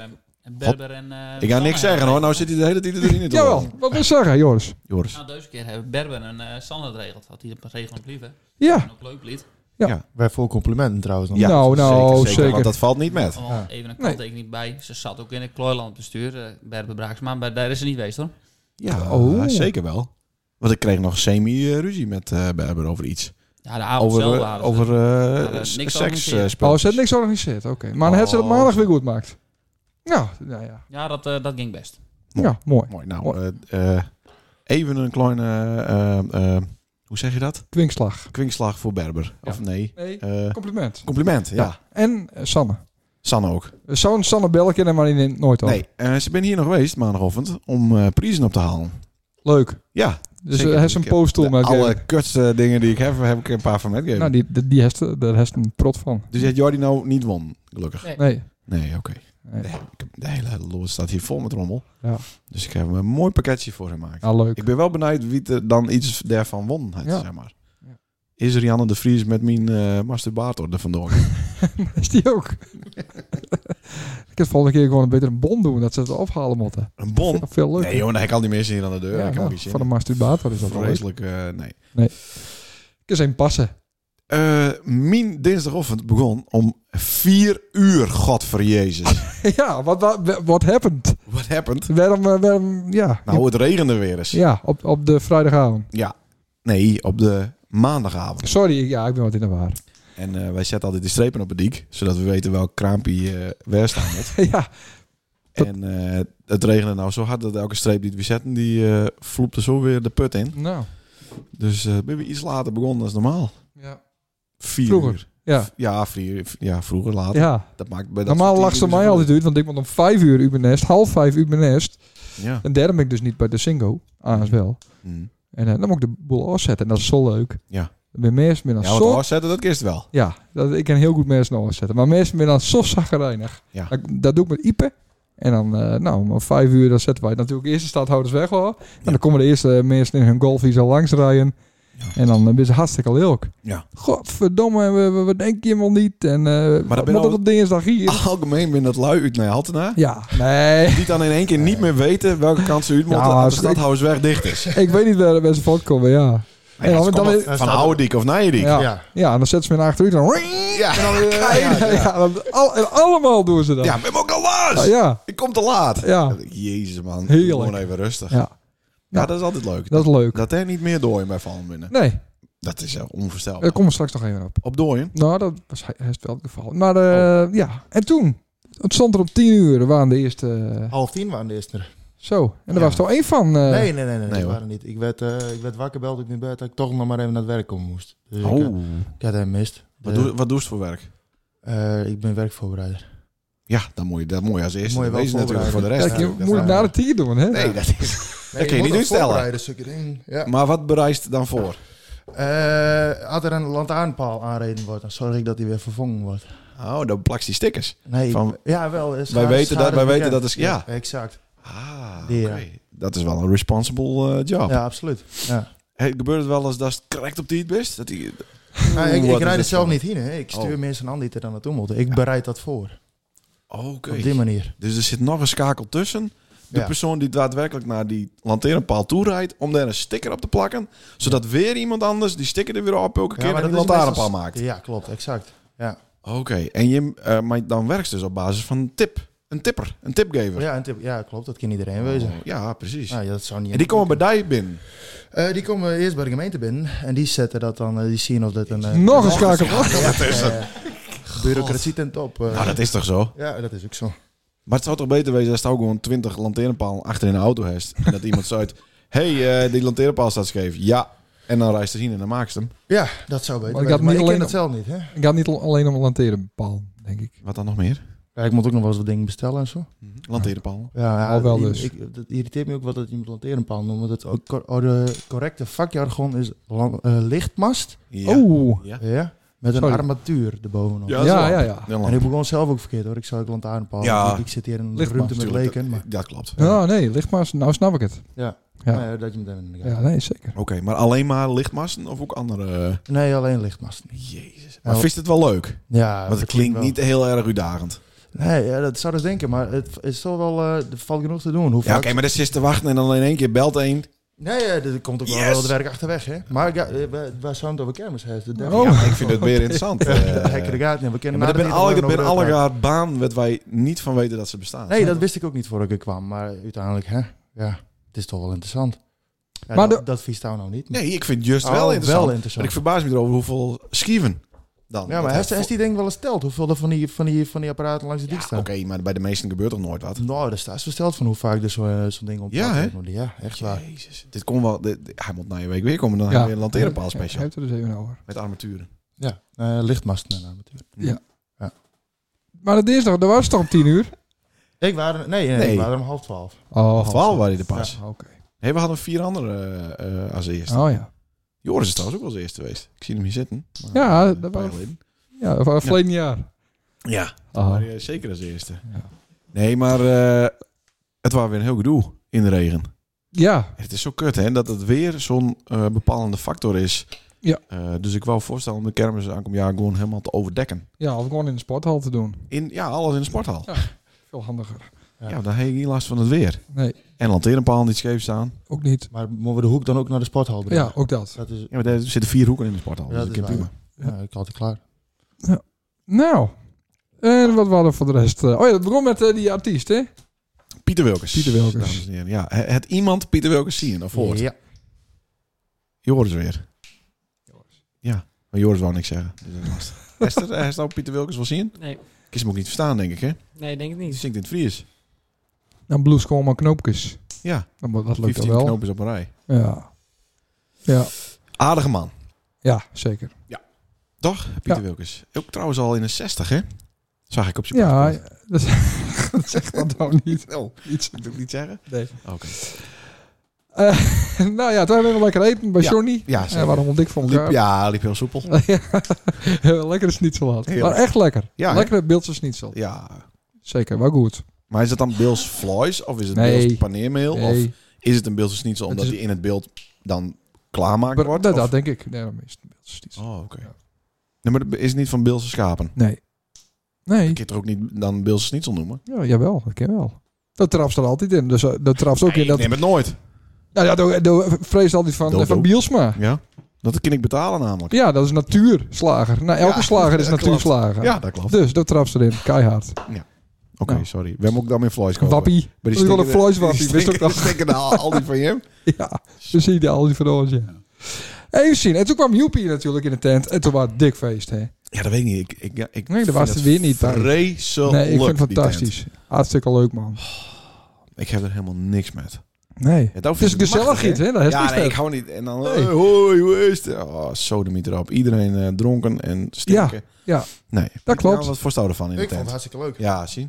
Berber en... eh,
Ik ga niks zeggen hoor, nou zit hij de hele tijd erin in te
Jawel,
lullen.
wat wil je zeggen, Joris?
Joris.
Nou, deze keer hebben Berber en eh Sander het regeld. Had hij het regelen blijven.
Ja,
En ook leuk lied.
Wij voor complimenten trouwens. nog.
Ja,
Nou, nou, zeker.
Want dat valt niet met.
Allemaal Even een kanttekening bij. Ze zat ook in het Klooilandbestuur. bestuur. Berber Braaksma, maar daar is ze niet geweest hoor.
Ja,
Oh.
Ah, zeker wel. Want ik kreeg nog semi-ruzie met eh Berber over iets.
Ja, de avond
Over,
zelf
eh,
hadden ze-
over
hadden
eh,
niks
s- seks
georganiseerd.
eh,
oh,
spelletjes.
ze had niks georganiseerd. Oké, maar dan heeft ze het
Oh.
maandag weer goed gemaakt. Ja, nou ja.
Ja, dat, eh, dat ging best.
Ja, mooi.
Mooi, nou, eh, eh, even een kleine, eh, eh, hoe zeg je dat?
Kwinkslag.
Kwinkslag voor Berber. Of nee,
Nee,
eh,
compliment.
compliment, ja.
En eh, Sanne.
Sanne ook.
Zo'n Sanne Belkin en maar in nooit al.
Nee, eh, ze ben hier nog geweest maandagochtend om eh prijzen op te halen.
Leuk.
Ja,
Dus
Zeker,
eh, hij heeft
ik
een
heb
posttool
de
met
alle kutste dingen die ik heb, heb ik een paar van metgegeven.
Nou, die, die, die heeft, daar heeft een prot van.
Dus je had Jordi nou niet won, gelukkig.
Nee.
Nee, oké.
nee.
Nee, ik heb- De hele lol staat hier vol met rommel.
Ja.
Dus ik heb een mooi pakketje voor hem gemaakt.
Nou, leuk.
Ik ben wel benieuwd wie er dan iets daarvan won, het,
Ja.
zeg maar.
Ja.
Is Rianne de Vries met mijn eh, masturbator er vandoor?
Is die ook? ik heb volgende keer gewoon een beter een bon doen, dat ze het ophalen moeten.
Een bon?
Veel- Veel leuker.
Nee joh, dan heb ik al die mensen hier aan de deur.
Ja,
ik heb
nou,
ook iets
van een masturbator is dat wel leuk.
Vreselijk, eh, nee.
Ik is een passen.
Eh mijn dinsdagochtend begon om vier uur, god voor Jezus.
ja, wat, wat, wat happened?
What happened?
Waarom, eh, waarom ja.
Nou, het regende weer eens.
ja, op, op de vrijdagavond.
Nee, op de maandagavond.
Sorry, ja, ik ben wat in de war.
En eh, wij zetten altijd de strepen op het dik, zodat we weten welk kraampie eh waar staan moet.
ja,
en eh, het regende nou zo hard dat elke streep die we zetten, die eh vloepte zo weer de put in.
nou.
Dus eh ben we iets later begonnen dan normaal.
Ja.
Vier
Vroeger.
uur.
Ja,
Ja, vier, ja, vroeger, later.
ja.
Dat maakt bij dat
normaal
soort
lag ze
tien uur
mij
zo.
altijd uit, want ik moet om vijf uur uur benest, half vijf uur benest.
Ja.
En daarom ben ik dus niet bij de Singo, aans wel.
Hm.
En eh, dan moet ik de boel afzetten en dat is zo leuk.
Ja.
Bij mensen ben dan
Ja,
zo
want afzetten, dat kist wel.
Ja, dat, ik kan heel goed mensen overzetten. Maar mensen ben dan zo zagrijnig.
Ja.
Dat, dat doe ik met Ipe. En dan, eh, nou, om vijf uur dan zetten wij natuurlijk eerst de stadhouders weg. Hoor. En dan komen de eerste mensen in hun golfie al langs rijden. En dan eh, ben ze hartstikke leuk.
Ja.
Godverdomme, we, we, we denken helemaal niet. En eh
ben
maar wat
al- Ah.
op dinsdag hier.
Algemeen ben dat lui uit naar Altena.
Ja, nee.
Die dan in één keer niet meer weten welke kant ze uit moeten
Ja,
als de
ik-
stadhoudersweg dicht is.
ik weet niet waar, waar ze voortkomen, ja. En dan, dan,
komt
Van Houdiek of Nijdijk.
ja. Ja.
Ja.
en dan zetten ze me naar achteruit. Dan, ring,
Ja.
En dan weer- ja, dan- al- en allemaal doen ze dat.
Ja, ik ben ook al laat.
ja.
Ik kom te laat.
ja.
Jezus man,
Oh. Heerlijk.
gewoon even rustig. Ja.
ja.
dat is altijd leuk.
Dat is leuk.
Dat hij niet meer dooien bij Van binnen.
Nee,
Dat is echt onvoorstelbaar.
daar komen we straks nog even op.
Op dooien?
Nou, dat was he- heus wel het geval. Maar eh, ja, en toen? Het stond er om tien uur, er waren de eerste... eh,
Half tien waren de eerste.
zo, en er
Ja.
was toch één van... eh,
Oh. nee, nee, nee, nee,
nee,
nee
hoor.
waren niet. Ik werd, eh, ik werd wakker, belde ik naar bed dat ik toch nog maar even naar het werk komen moest. Dus ik, eh, ik had hem mist.
Oh. Wat,
De-
doe, wat doe je voor werk?
eh, ik ben werkvoorbereider.
Ja, dan moet je, dat moet je als eerste
Moet je wel
wezen natuurlijk voor de
voorbereiden.
rest.
Kijk, je
natuurlijk, dat
moet
is
het
waar.
na de tien doen, hè?
Nee, dat is...
Nee,
je niet instellen.
ding. Ja.
Maar wat bereist dan voor?
Eh, als er een lantaarnpaal aanreden wordt, dan zorg ik dat die weer vervangen wordt.
Oh, dan plakt die stickers.
Nee,
Van-
ja, wel. eh,
Wij weten dat- wij
is
weten
bekend.
dat is- ja.
exact.
Ah, oké.
Ja.
Dat is wel een responsible eh, job.
Ja, absoluut. Ja.
Hey, gebeurt het wel eens dat het correct op tijd best? Dat die...
Nou,
Oeh,
ik
wat
ik
is
rijd
dit
het zelf
voor-
niet heen. hè. Ik stuur
Oh.
mensen aan die er dan naartoe moeten. Ik bereid dat voor.
Oké.
Op die manier.
Dus er zit nog een schakel tussen. de
Ja.
persoon die daadwerkelijk naar die lantaarnpaal toe rijdt, om daar een sticker op te plakken, zodat weer iemand anders die sticker er weer op elke keer en die
is
lantaarnpaal
meestal-
maakt.
Ja, klopt, exact. Ja,
Oké, en je, eh, maar dan werkt ze dus op basis van een tip. Een tipper, een tipgever.
ja, en tip, ja klopt, dat kan iedereen wezen.
Oh, ja, precies.
Nou, ja, dat zou niet
En die komen bij die binnen.
Eh, die komen eerst bij de gemeente binnen en die zetten dat dan, eh, die zien of dat een... eh,
Nog een
ja,
schakel.
dat is Bureaucratie ten top. eh.
Nou, dat is toch zo?
Ja, dat is ook zo.
Maar het zou toch beter wezen als je ook gewoon 20 lantaarnpalen achter in een auto hebt. En dat iemand zegt, hey, eh, die lantaarnpaal staat scheef. Ja. En dan reist ze zien en dan maakt ze hem.
Ja, dat zou beter.
Maar ik
weten,
had
maar
niet
ik ken
alleen-
het zelf niet, hè?
Het gaat niet alleen om een lantaarnpaal, denk ik.
Wat dan nog meer?
Ja, ik moet ook nog wel eens wat dingen bestellen en zo.
Lantaarnpalen.
Ja, ja
Al wel
ik-
dus.
ik- dat irriteert me ook wel dat je moet lanterenpaal noemt. Want het ook cor- oh, de correcte vakjargon is lan- eh, lichtmast.
Ja.
Oeh.
Ja.
Ja, met een
Sorry.
armatuur erbovenop.
Ja.
Oh. Ja, ja, ja. ja.
Ja,
En ik begon zelf ook verkeerd hoor. Ik zou ook lantaarnpaal.
Ja.
Ik zit hier in een
Lichtmast,
ruimte met
natuurlijk,
leken. Maar,
dat- Dat klopt.
Oh, nee, licht maar. Nou snap ik het.
ja.
Ja.
Nou ja, dat je meteen in de gaten
Ja, nee, zeker.
Oké, maar alleen maar lichtmasten of ook andere... eh,
hebt. Nee, alleen lichtmast niet.
Jezus.
Ja,
Maar vindt het wel leuk?
Ja,
Want het klinkt
wel.
niet heel erg uitdagend.
Nee, ja, dat zou dus denken. Maar het is toch wel... eh, er valt genoeg te doen. Hoe
Ja, oké,
vaak-
maar dat zit te wachten en dan in één keer belt één.
Nee, ja, er komt ook wel
Yes.
wel het werk achterweg, hè. Maar ja, eh, we- we zijn het over kermis. hè. De dertig-
Oh.
Ja, ik vind het weer interessant. eh.
De hekker de gaten. en We
Ja,
kennen
maar er
nader
ben
niet
alle, er
over
ben
de
alle
praten.
jaar baan wat wij niet van weten dat ze bestaan.
Nee, dat wist ik ook niet voordat ik er kwam. Maar uiteindelijk, hè. Ja, het is toch wel interessant. Ja,
Maar
dat,
de-
dat vies nou nog niet.
Nee, ik vind het juist
Oh,
wel interessant.
wel
Maar
interessant.
ik verbaas me erover hoeveel schieven dan.
ja, maar
Dat
heeft
heeft-
heeft die denk ik wel eens steld? Hoeveel er van die, van die, van die apparaten langs de
Ja,
dik
oké,
staan?
maar bij de meesten gebeurt er nooit wat.
Nou, daar staat ze versteld van hoe vaak er zo- eh, zo'n ding op
Ja, hè?
Ja, echt waar.
Jezus. Dit kon wel, dit- dit- hij moet na je week weer komen. Dan
Ja.
hebben we een lantaarnpaal
Ja,
special.
heb het er dus even over.
Met armaturen.
Ja, eh, lichtmast en armatuur.
Maar dat is toch, dat was toch om tien uur?
Ik waren, nee, nee,
Nee.
ik waren om half twaalf.
Oh,
Of waar waren die er pas?
Ja, oké.
Nee, we hadden vier andere eh, eh, als eerste.
Oh ja.
Joris is trouwens ook wel als eerste geweest. Ik zie hem hier zitten. maar,
Ja,
eh,
dat
een paar
was-
jaar geleden.
Ja, van verleden jaar.
Ja,
Oh.
maar, eh, zeker als eerste.
Ja.
Nee, maar eh, het was weer een heel gedoe in de regen.
Ja,
Het is zo kut, hè, dat het weer zo'n eh, bepalende factor is.
Ja.
Eh, dus ik wou voorstellen om de kermis aankomend jaar gewoon helemaal te overdekken.
ja, of gewoon in de sporthal te doen.
In, ja, alles in de sporthal. Ja,
Ja. Veel handiger.
dan heb je geen last van het weer.
Nee,
En lantaarnpaal niet scheef staan.
ook niet.
Maar moeten we de hoek dan ook naar de sporthal brengen?
Ja, ook dat.
Dat is,
Ja, maar daar zitten vier hoeken in de sporthal.
Ja,
dus
dat
dat
is
kan prima.
waar. ja, ik had het klaar.
Nou, en wat waren er voor de rest? eh? Oh ja, dat begon met eh, die artiest, hè?
Pieter Wilkes.
Pieter Wilkes.
Dames en heren. Ja, het het iemand Pieter Wilkes zien of hoort.
Ja.
Joris weer. Ja, maar Joris wou niks zeggen. Dus dat is lastig. Esther, hij zou Pieter Wilkes wel zien.
Nee,
Kies hem ook niet verstaan, denk ik, hè?
nee, denk ik
Die
niet.
zingt in het Fries.
Dan blues gewoon maar knoopjes.
Ja,
Dan moet- Nou, Dat lukt
15
dan wel.
knoopjes op een rij.
Ja. ja,
Aardige man.
ja, zeker.
Toch? Pieter
Ja.
Wilkes. Ook trouwens al in de 60, hè? Zag ik op zijn
Ja,
paspoort.
dat, dat zegt dat nou niet.
Oh,
Iets.
moet ik dat niet zeggen?
Nee.
Oké.
nou ja, toen hebben we lekker eten bij
Ja.
Johnny.
Ja,
Ja,
zeker.
waarom wel dik voor
Liep,
elkaar.
ja, liep heel soepel.
lekker schnitzel had.
Heerlijk.
Maar echt lekker.
Ja, hè?
Lekkere beeldse schnitzel.
Ja.
Zeker, wel goed.
Maar is dat dan Bils Floys of is het
Nee.
Bils paneermeel? Of
Nee,
is het een Bilse schnitzel
Het
omdat
is-
die in het beeld dan klaarmaakt
maar
wordt?
dat, dat
Of-
denk ik. Nee, dat is het beeldse schnitzel.
Oh, oké. Nee, maar dat is het niet van Bilse schapen?
Nee. Nee.
Ik kan het er ook niet dan Bilse schnitzel noemen.
Ja, jawel, dat ken wel. Dat trapt er altijd in. Dus eh, dat trapt ook in. Dat,
Ik neem het nooit.
Nou ja, dat- dat vrees altijd van,
Dodo.
van Bielsma.
Ja? Dat kan ik betalen namelijk.
Ja, dat is natuurslager. Nou, elke
Ja,
slager is
dat klopt.
natuurslager.
Ja, dat klopt.
Dus dat trapt erin, keihard.
Oké,
Nou.
sorry. We hebben ook dan meer Floys kopen.
Wappie.
Maar
Dat
die
is wel een
stinkende-
vleeswappie. Wist ook
stinkende-
nog.
stinkende al al die van je.
Ja, we zien de al die verdoors, ja. Even zien. En toen kwam Joepie natuurlijk in de tent. En toen was het dik feest, hè.
Ja, dat weet ik niet. Ik, ik, ja, ik
Nee, daar
vind
was
het
het weer niet bij.
Vreselijk.
Nee, ik vind het
die tent.
fantastisch. Hartstikke leuk, man.
Ik heb er helemaal niks met.
Nee.
Ja, dat
Het is
vind ik
gezellig
machtig, hè?
iets, hè. Dat is
ja,
niks
nee, ik
met.
hou niet. En dan,
Nee.
hey, hoi, hoe is het? Oh, sodemiet erop. Iedereen eh, dronken en stinken.
ja.
Nee.
Dat klopt.
Ja, wat voor staan ervan in de
Ik vond het
tent?
hartstikke leuk.
Ja, zie.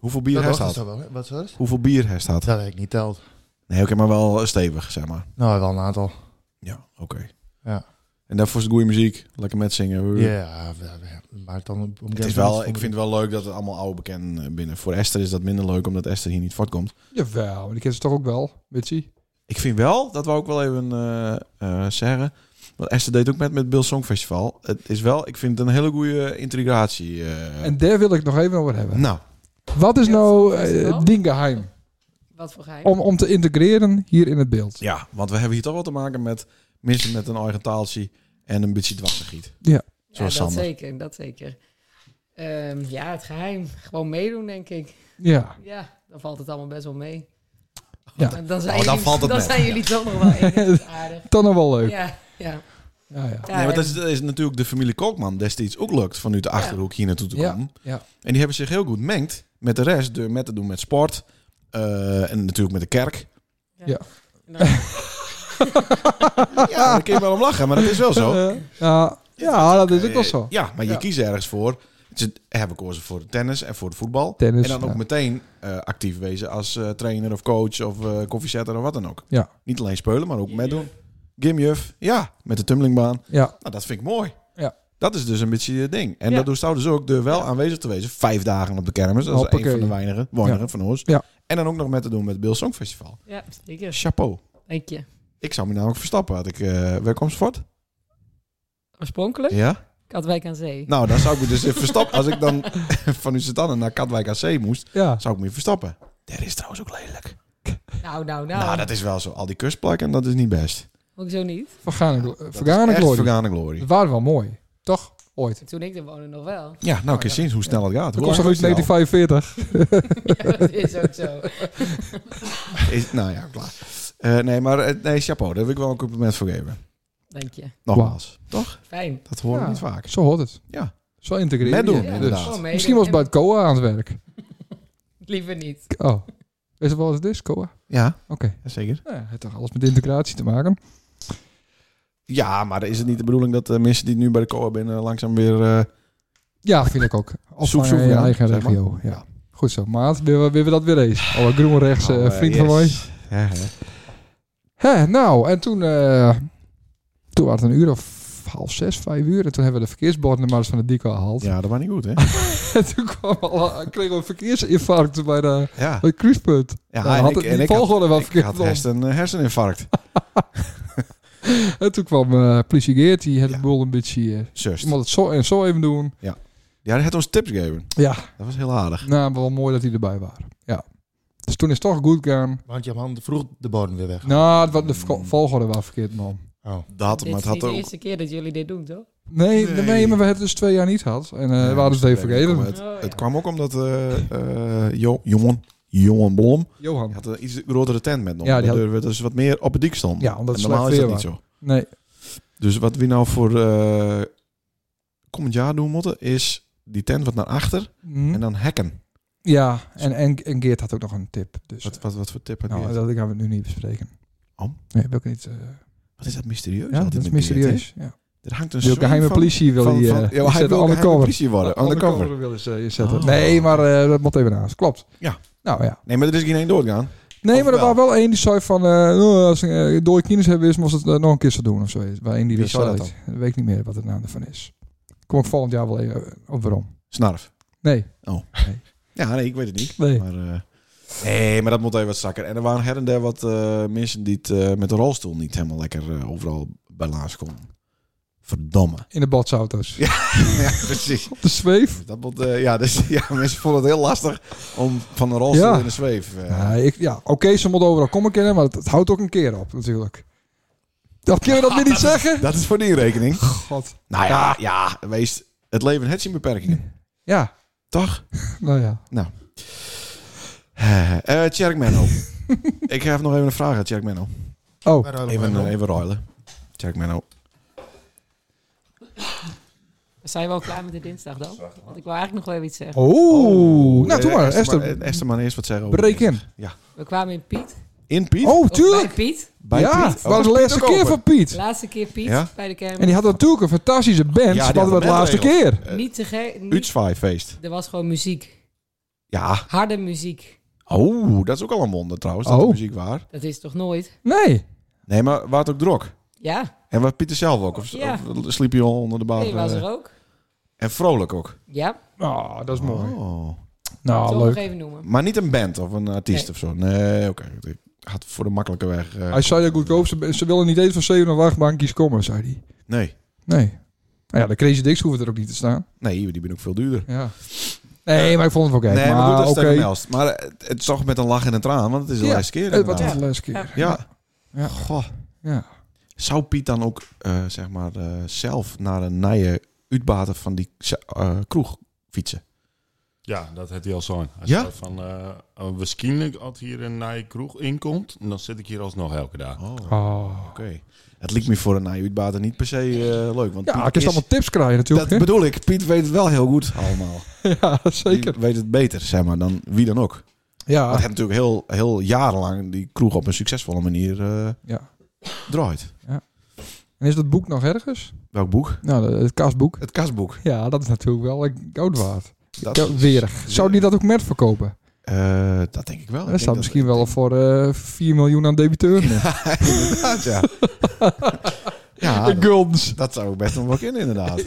Hoeveel bier
Dat
hij
was het
staat?
dan wel, hè? Wat was het?
Hoeveel bier hij staat?
Dat heb ik niet teld.
Nee, oké, maar wel stevig, zeg maar.
Nou, wel een aantal.
Ja, oké.
Ja.
En daarvoor is het goede muziek. Lekker met zingen.
Ja, we- we- maar dan om
Het is wel, ik vind het wel leuk dat het allemaal oude bekenden eh, binnen. Voor Esther is dat minder leuk, omdat Esther hier niet voortkomt.
Jawel, maar die kent ze toch ook wel, Mitsie?
Ik vind wel, dat we ook wel even eh, eh, zeggen. Want Esther deed ook met met Bill Song Festival. Het is wel, ik vind het een hele goede integratie. eh.
En daar wil ik nog even over hebben.
nou,
Wat is
Ja,
nou
dat is
eh,
wel.
Dingeheim?
Wat voor geheim.
om, om te integreren hier in het beeld.
Ja, want we hebben hier toch wel te maken met mensen met een eigen taaltje en een beetje dwarsigheid.
Ja.
ja, dat
Zoals Sander.
zeker, dat zeker. Ehm, ja, het geheim. Gewoon meedoen, denk ik.
Ja,
Ja, dan valt het allemaal best wel mee.
Ja.
Maar Dan zijn,
Oh, dan
jullie,
valt het
dan
mee.
zijn jullie toch nog wel enigszins aardig.
dan nog wel leuk. Ja.
Ja, ja.
Ja, ja.
ja
Nee, maar dat
en-
is, dat is natuurlijk de familie Kookman destijds ook lukt vanuit de achterhoek hier naartoe te
Ja,
komen.
ja.
En die hebben zich heel goed mengd met de rest door met te doen met sport eh, en natuurlijk met de kerk.
nou,
Ja, daar kun je wel om lachen, maar dat is wel zo.
Eh, ja, ja, dat is ook wel zo.
Eh, Ja, maar je
Ja.
kiest ergens voor. Ze hebben kozen voor de tennis en voor het voetbal.
Tennis,
en dan ook
Dus, ja.
meteen eh, actief wezen als eh, trainer of coach of eh koffiezetter of wat dan ook.
Ja.
Niet alleen spelen, maar ook meedoen. Gimjuf, ja, met de tumblingbaan.
Ja,
Nou, dat vind ik mooi.
Ja.
Dat is dus een beetje het ding. En
Ja.
dat doet Stout dus ook door wel aanwezig te wezen. Vijf dagen op de kermis. Dat is
Hoppakee.
een van de weinigen, weinigen
Ja.
van ons.
Ja.
En dan ook nog met te doen met het Bill Song Festival.
ja, zeker.
Chapeau.
Dank je.
Ik zou me namelijk verstappen. Had ik eh welkomstvoort?
Oorspronkelijk?
Ja.
Katwijk aan Zee.
Nou, dan zou ik me dus verstappen. Als ik dan van Uzetanne naar Katwijk AC moest,
ja.
zou ik me verstappen. Dat is trouwens ook lelijk.
Nou, nou, nou.
Nou, dat is wel zo. Al die kustplakken, dat is niet best.
Ook zo niet.
Vergane,
Dat
vergane
is echt
glorie.
Vergane glorie.
Het waren wel mooi. Toch? Ooit.
Toen ik er woonde nog wel.
Ja, nou, kun je zien hoe snel het gaat.
Dat
Hoe
komt toch
lang
uit
is het al?
1945?
Ja, dat is ook zo.
Is- Nou ja, klaar. Eh, nee, maar eh, nee, chapeau. Daar wil ik wel een compliment voor geven.
Dank je.
Nogmaals, toch?
Fijn.
Dat horen we
Ja.
niet vaak.
Zo hoort het.
Ja.
Zo integreren.
Met doen,
je.
inderdaad.
Dus.
Gewoon meedoen.
Misschien was het bij het COA aan het werk.
Liever niet.
Oh. Is het wel eens dit, COA? Oké.
Ja, zeker.
Nou, ja, het heeft toch alles met integratie te maken?
Ja, maar is het niet de bedoeling dat de mensen die nu bij de COA binnen langzaam weer... eh,
Ja, vind ik ook. Als
Zoek, zoek,
in je
ja,
eigen
zeg maar.
regio. Ja.
Ja.
Goed zo, maat. Weer, weer, weer dat weer eens. Oh, groen rechts, eh,
nou, eh,
vriend
yes.
van mij.
Ja, hè.
Hè, nou, en toen, eh, toen was het een uur of half zes, vijf uur. En toen hebben we de verkeersborden maar eens van de diko gehaald.
ja, dat was niet goed, hè?
En toen kwam al, kregen we een verkeersinfarct bij, de,
Ja.
bij het cruisepunt.
ja
Dan had het die volgorde wel
ik
verkeerd
had
om.
hersen, eh, een herseninfarct.
En toen kwam eh politie Geert, die had het
Ja.
boel een beetje... eh,
Zus.
je moet het zo en zo even doen.
Ja, hij had ons tips gegeven.
Ja.
Dat was heel aardig.
Nou, wel mooi dat die erbij waren. Ja. Dus toen is het toch goed gegaan.
Want je man vroeg de bodem weer weg.
Nou, het was de vo- volgorde wel verkeerd, man.
Dat had,
Dit
maar
is
het
niet
had
de
ook...
eerste keer dat jullie dit doen, toch?
Nee, nee.
Nee.
maar we hebben het dus twee jaar niet gehad. En eh,
Ja,
we hadden het even
dus
vergeten.
Het,
Oh, ja.
het kwam ook omdat eh eh jo, jongen, jongen Blom
Johan.
had een iets grotere tent met
Ja,
ons. Ja,
die
die
had-
we dus wat meer op het dik stonden.
Ja, omdat
En
het
normaal is
slecht
dat
weer
niet zo.
Nee.
Dus wat we nou voor eh, komend jaar doen moeten, is die tent wat naar achter
Hm?
en dan hacken.
Ja, en, en, en Geert had ook nog een tip. Dus,
Wat, wat, wat voor tip heb je?
nou, dat gaan we nu niet bespreken.
Oh.
Nee, wil ik niet. eh,
wat is dat mysterieus?
ja,
altijd
dat is
met die tent,
mysterieus. Ja.
hè? Er hangt een
Die ook
zweem
geheime
van-
politie wil
van-
die
van-
eh,
ja, hij
zetten,
wil
undercover.
geheime politie worden. Undercover.
willen ze inzetten.
Oh.
Nee, maar eh, dat moet even naast. Klopt.
Ja.
Nou ja.
Nee, maar er is geen één doorgaan.
Nee, maar er
Ofwel.
was wel één die zei van... eh, oh, als ik eh, dode kines hebben is, moest het eh, nog een keer zo doen of zo. Waar één die dus
Wie zei
zei.
dat
Dat weet ik niet meer wat de naam ervan is. Kom ik volgend jaar wel even eh, op waarom.
Snarf. Oh.
Nee.
Ja, nee, ik weet het niet.
Nee.
Maar, eh, nee, maar dat moet even wat zakken. En er waren her en der wat eh, mensen die het eh, met de rolstoel niet helemaal lekker eh, overal bij laars konden. Verdomme.
In de botsauto's.
ja, precies.
Op de zweef.
Dat moet, eh, ja, dus, ja, mensen vonden het heel lastig om van een rolstoel
Ja.
in een zweef. eh,
Ja, ik, ja oké, ze moeten overal komen kennen, maar het, het houdt ook een keer op natuurlijk. Dat kunnen we dat weer niet zeggen?
Dat is voor die rekening.
God.
Nou
Ah.
ja, ja wees, het leven heeft zijn beperkingen.
Ja,
Toch?
nou ja.
Eh eh, Tjerk Menno. ik heb nog even een vraag aan Tjerk Menno.
Oh,
Maar,
Even, eh, even ruilen. Tjerk Menno.
Zijn we al klaar met de dinsdag dan? Want ik wil eigenlijk nog wel even iets zeggen.
oh. nou, doe
Eh,
maar,
eh,
Esther.
Esther, maar eerst wat zeggen. over
Breek in.
We kwamen in Piet.
In Piet?
Oh,
Of
tuurlijk.
Bij Piet.
Bij
ja,
Piet?
het
Oh,
was de
Piet
laatste
ook
keer
open?
van Piet.
Laatste keer Piet
Ja?
bij de kermis.
En die had natuurlijk een fantastische band, ja,
Ja, die
maar
had
dat was de
een
laatste
bandregel.
keer.
Niet te gek. niet-
Uitswaaifeest.
Er was gewoon muziek.
Ja.
Harde muziek.
Oh, dat is ook al een wonder trouwens, dat
Oh.
de muziek waar.
Dat is toch nooit?
Nee.
Nee, maar waar het ook drok.
Ja,
En waar Pieter zelf ook? Of,
Ja.
of sliep je al onder de
Ah,
bar?
nee, was
eh,
er ook.
en vrolijk ook.
Ja,
Oh, dat is mooi.
Oh.
ik
Nou,
zal nog
leuk.
even noemen.
Maar niet een band of een artiest
Nee.
of zo. Nee, oké. Ik had voor de makkelijke weg. eh,
Hij zei dat goedkoop, ze, ze willen niet eens van 7 of 8 bankjes komen, zei hij.
Nee.
Nee. Nou ja, de Crazy Dicks hoeven er ook niet te staan.
Nee, die ben ook veel duurder.
Ja. Nee, maar ik vond het wel oké.
Eh, nee, maar goed,
maar
dat is
oké.
tegen Melst. Maar eh, het, het is toch met een lach en een traan, want het is de
Ja,
laatste keer.
Eh, Wat is
inderdaad.
de laatste keer?
Ja.
Ja.
Goh.
Ja.
Zou Piet dan ook, eh, zeg maar, eh, zelf naar een nije uitbaten van die eh, kroeg fietsen?
Ja, dat had hij al zo. Hij
Ja?
zei van, eh, eh, waarschijnlijk als hier een naaie kroeg inkomt, dan zit ik hier alsnog elke dag.
Oh, oké.
Oh.
Het liep me voor een nije uitbaten niet per se eh, leuk. Want
Ja, ik
Piet
kan
is,
allemaal tips krijgen natuurlijk.
dat bedoel ik. Piet weet het wel heel goed allemaal.
hè? Ja, zeker. Ah.
Die weet het beter, zeg maar, dan wie dan ook. Want
Ja,
hij heeft natuurlijk heel, heel jarenlang die kroeg op een succesvolle manier eh
Ja.
draait.
en is dat boek nog ergens?
Welk boek?
Nou, de- het kastboek.
Het kasboek.
Ja, dat is natuurlijk wel eh, goud waard.
Dat,
Ko- Weerig. Zou die dat ook met verkopen?
Eh, dat denk ik wel. Ik
Dat
denk
staat misschien wel voor eh 4 miljoen aan debiteuren.
Inderdaad, ja. ja, dat,
Guldens.
dat zou ik best nog wel kunnen, inderdaad.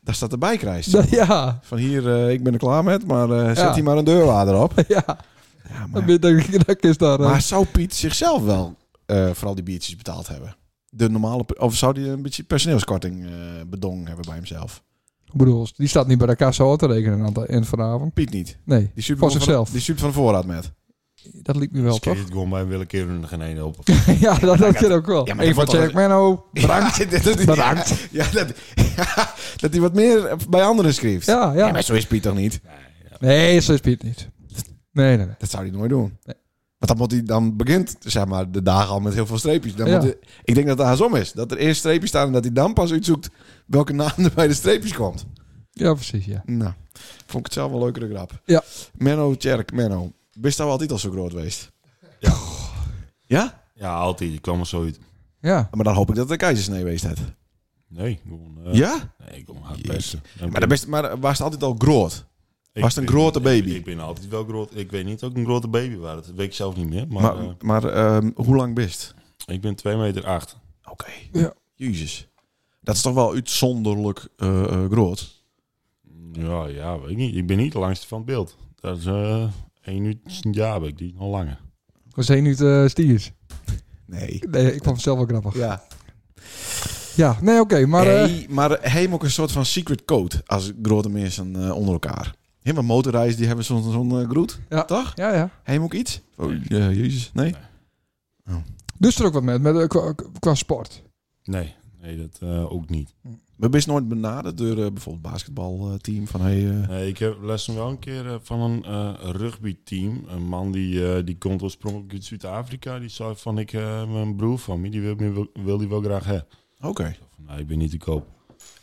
Daar staat erbij, krijst.
Ja,
Van hier, eh, ik ben er klaar met, maar eh, zet
Ja.
hier maar een deurwaarder op.
ja.
Ja,
Dan
maar,
ben- dan- dan is daar... eh,
maar zou Piet zichzelf wel eh, vooral die biertjes betaald hebben? De normale, pe- of zou hij een beetje personeelskorting eh bedongen hebben bij hemzelf?
Ik bedoel, die staat niet bij de kassa al te rekenen aan het eind van de avond.
Piet niet.
Nee,
Die super
Voor
van-
zichzelf.
Die super van de voorraad met.
dat liep me wel,
Dus kun je
toch?
het gewoon bij een willekeurige geen ene op.
ja, dat, dat kan ook wel.
Ja,
Eén
maar dat
van
wordt wel-
Jack Menno.
Bedankt. Ja, dat, hij-
Bedankt.
Ja, dat, ja, dat hij wat meer bij anderen schreef.
Ja,
Nee,
ja.
maar zo is Piet toch niet?
Nee, zo is Piet niet. Nee, nee, nee.
Dat zou hij nooit doen.
Nee.
Want dan, moet hij, dan begint zeg maar, de dagen al met heel veel streepjes. Dan
Ja.
moet hij- ik denk dat het andersom is. Dat er eerst streepjes staan en dat hij dan pas uitzoekt welke naam er bij de streepjes komt.
Ja, precies, ja.
Nou, vond ik het zelf wel een leukere grap.
Ja.
Menno, Tjerk, Menno. Bist daar wel altijd al zo groot geweest?
Ja.
Ja?
Ja, altijd. Ik kwam er zo uit.
Ja,
Maar dan hoop ik dat de keizersnee geweest hebt.
Nee, gewoon... eh,
Ja?
Nee, ik kom hard best.
Maar, dan best, maar was het altijd al groot?
Ik
was het een
ben-
grote baby?
Ik, ik ben altijd wel groot. Ik weet niet of ik een grote baby was. Dat weet ik zelf niet meer. Maar,
Maar, maar,
eh,
ehm, hoe lang bist?
ik ben 2 meter 8.
Oké.
Ja.
Jezus. Dat is toch wel uitzonderlijk eh, eh, groot?
Ja, ja, weet ik niet. Ik ben niet de langste van het beeld. Dat is eh 1 uur ja, ben ik die is nog langer.
we zijn nu eh stiers.
Nee.
Nee, ik vond het zelf wel grappig.
Ja.
Ja, nee, oké, maar...
Maar,
eh,
hey, maar hij heeft ook een soort van secret code als grote mensen eh, onder elkaar. Helemaal motorrijders die hebben zo'n zo'n eh, groet,
Ja.
toch?
ja, ja.
Hij heeft ook iets? Oh, ja, jezus, nee.
Dus er ook wat met, met eh, qua, qua sport.
Nee, nee dat eh, ook niet.
We zijn nooit benaderd door eh, bijvoorbeeld basketbalteam van hey, eh,
Nee, ik heb lessen wel een keer eh, van een eh rugbyteam. Een man die, eh, die komt oorspronkelijk uit Zuid-Afrika. Die zei van, ik, eh, mijn broer van me, die wil, me wel- wil die wel graag hebben.
oké,
Van, nee, ik ben niet te koop.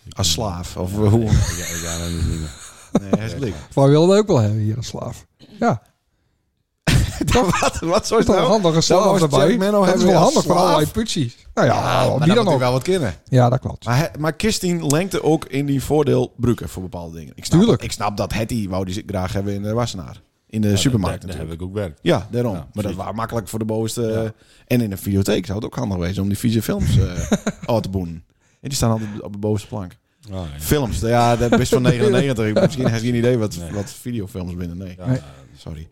Ik-
als slaaf of
Ja,
hoe?
ja, ik ga dat niet doen.
Nee, hij is leuk.
Wij wilden ook wel hebben hier als slaaf. Ja,
wat, wat zo
is toch wel handig een
Nou,
slaaf
als
erbij.
Jack Menno
Dat is
hebben
wel
we als
handig voor
slaaf.
allerlei putsies. Nou ja,
maar
wie
dan
dan
Ah, moet hij
ook.
wel wat kennen.
Ja, dat klopt.
Maar, hij- maar Kirstien lengte ook in die voordeel Bruken voor bepaalde dingen. Ik snap,
Tuurlijk.
Ik snap dat Hetty wou die graag hebben in de wassenaar. In de
Ja,
supermarkt
Daar, daar
natuurlijk.
heb ik ook werk.
Ja, daarom.
Ja,
maar dat
precies.
was makkelijk voor de bovenste. eh, En in de videotheek zou het ook handig wezen om die vieze films eh uit te boenen. En die staan altijd op de bovenste plank.
Ah, ja.
Films, ja, dat is best van 99. Ik- Misschien heeft hij geen idee wat,
Nee.
wat videofilms binnen. Nee,
Ja,
Nee.
sorry.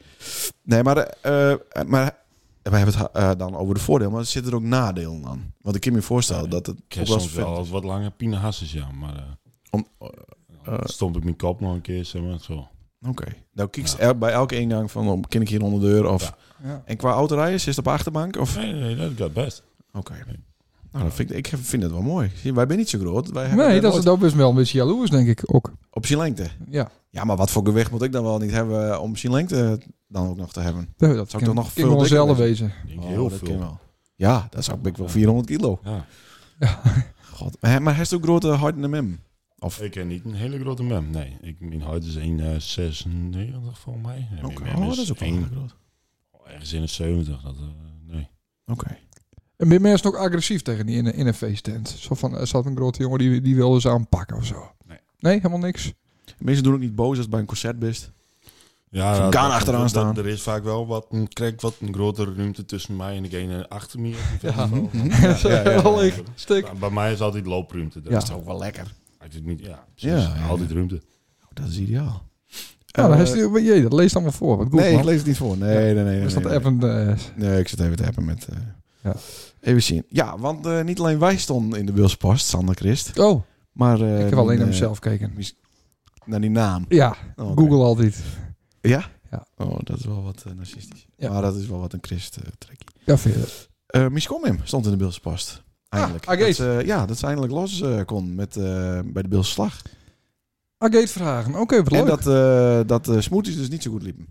Nee, maar, eh, eh, maar we hebben het eh, dan over de voordeel, maar er zitten er ook nadelen aan. Want ik kan me voorstellen
Ja,
dat het
Ik
ook
heb
wel eens
soms wel
vervelend
als wat langer pinehassers, ja. Maar eh
is. Om- eh,
dan stomp ik mijn kop nog een keer, zeg maar, zo.
Oké. Nou, kiekst el- bij elke ingang van, oh, ken ik hier onder de deur? Of...
Ja.
Ja.
En qua autorijden, is het op de achterbank? Of...
Nee, nee, dat gaat best.
Oké. Nou, dat vind ik, ik vind het wel mooi. Zie, wij zijn niet zo groot. Wij hebben
Nee,
net
dat is,
nooit-
dat is wel een beetje jaloers, denk ik ook.
Op zijn lengte.
Ja,
Ja, maar wat voor gewicht moet ik dan wel niet hebben eh, om zijn lengte dan ook nog te hebben?
dat, dat
toch
kan-
nog
kan
veel
wel
dikker
zelf wezen.
Ik denk
Oh,
heel
dat
veel.
kan wel. Ja, dat zou ik wel
Ja.
400 kilo.
Ja.
God. Maar hij- maar hij is ook grote hart in de mem. Of
Ik ken niet een hele grote mem. Nee, ik, mijn huid is 1,96 volgens mij. En mijn
Oké.
mem
Oh, dat is ook wel
één-
heel groot.
ergens in de 70. Dat, eh, nee.
Oké.
En ben je mensen ook agressief tegen die in, een- in een feesttent? Zo van, er zat een grote jongen die, die wilde ze aanpakken of zo.
Nee.
Nee, helemaal niks.
Mensen doen ook niet boos als het bij een concert bist.
Ja,
Zo'n
dat-
kraan
dat-
achteraan
dat-
staan.
dat- Er is vaak wel wat een, krijg wat een grotere ruimte tussen mij en degene achter me. op een festival.
ja, ja.
Wel ik stik.
Maar Bij mij is altijd loopruimte. Dat
Ja.
is
Dat is ook wel lekker.
Als je het niet, ja, precies.
Ja, ja,
Altijd ruimte.
Oh, Dat is ideaal.
Nou, dan
Eh,
heeft hij- jee, dat leest allemaal voor. Wat goed,
nee,
man.
ik lees het niet voor. Nee, nee, nee. nee,
Is dat
nee, nee.
even... eh,
Nee, ik zit even te hebben met... eh,
Ja.
Even zien. Ja, want eh, niet alleen wij stonden in de Wilspost, Sander Christ.
oh,
Maar, eh,
ik heb alleen
mijn,
naar
eh,
mezelf gekeken.
naar die naam.
Ja,
Oh, oké.
Google altijd.
Ja?
Ja.
Oh, dat is wel wat eh, narcistisch.
Ja.
Maar dat is wel wat een christ eh, trekje.
Ja, vind je dat?
Eh Miskomim stond in de Bills past. Eindelijk.
Ah, oké.
dat, ze- ja, dat ze eindelijk los eh, kon met, eh, bij de Bills slag.
Agate vragen. Oké, wat leuk.
En dat, eh dat eh smoothies dus niet zo goed liepen.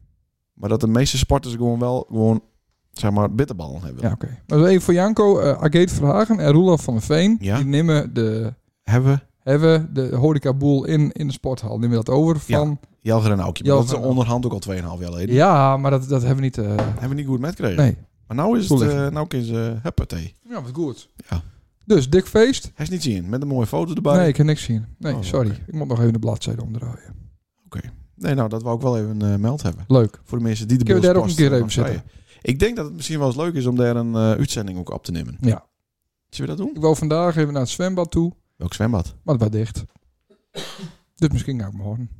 Maar dat de meeste sporters gewoon wel gewoon, zeg maar, bitterballen hebben.
Ja, oké. Maar Even voor Janko, eh Agate Verhagen en Roelof van der Veen.
Ja.
Die nemen de,
Hebben
hebben de horecaboel in, in de sporthal. Nemen dat over van...
Jelger en Aukje. Maar
Jelger
dat is
en
onderhand ook al 2,5 jaar
Ja,
geleden.
maar dat, dat hebben we niet... eh,
Hebben we niet goed met gekregen.
nee.
Maar nou is
Goed
het, eh,
liggen.
nou kunnen ze, huppatee.
Ja, wat goed.
Ja.
Dus, dik feest.
Hij is niet zien, met een mooie foto erbij.
Nee, ik heb niks zien. Nee,
Oh,
sorry.
oké.
Ik moet nog even de bladzijde omdraaien.
Nee, nou, dat we ook wel even eh meld hebben.
Leuk.
Voor de mensen die de
Kunnen we
Bills
daar ook een
past,
keer
eh,
even
nog vrij. Ik denk dat het misschien wel eens leuk is om daar een eh, uitzending ook op te nemen.
Ja.
Zullen we dat doen?
Ik wou vandaag even naar het zwembad toe,
Welk zwembad?
maar het was dicht. Dus misschien ga ik morgen.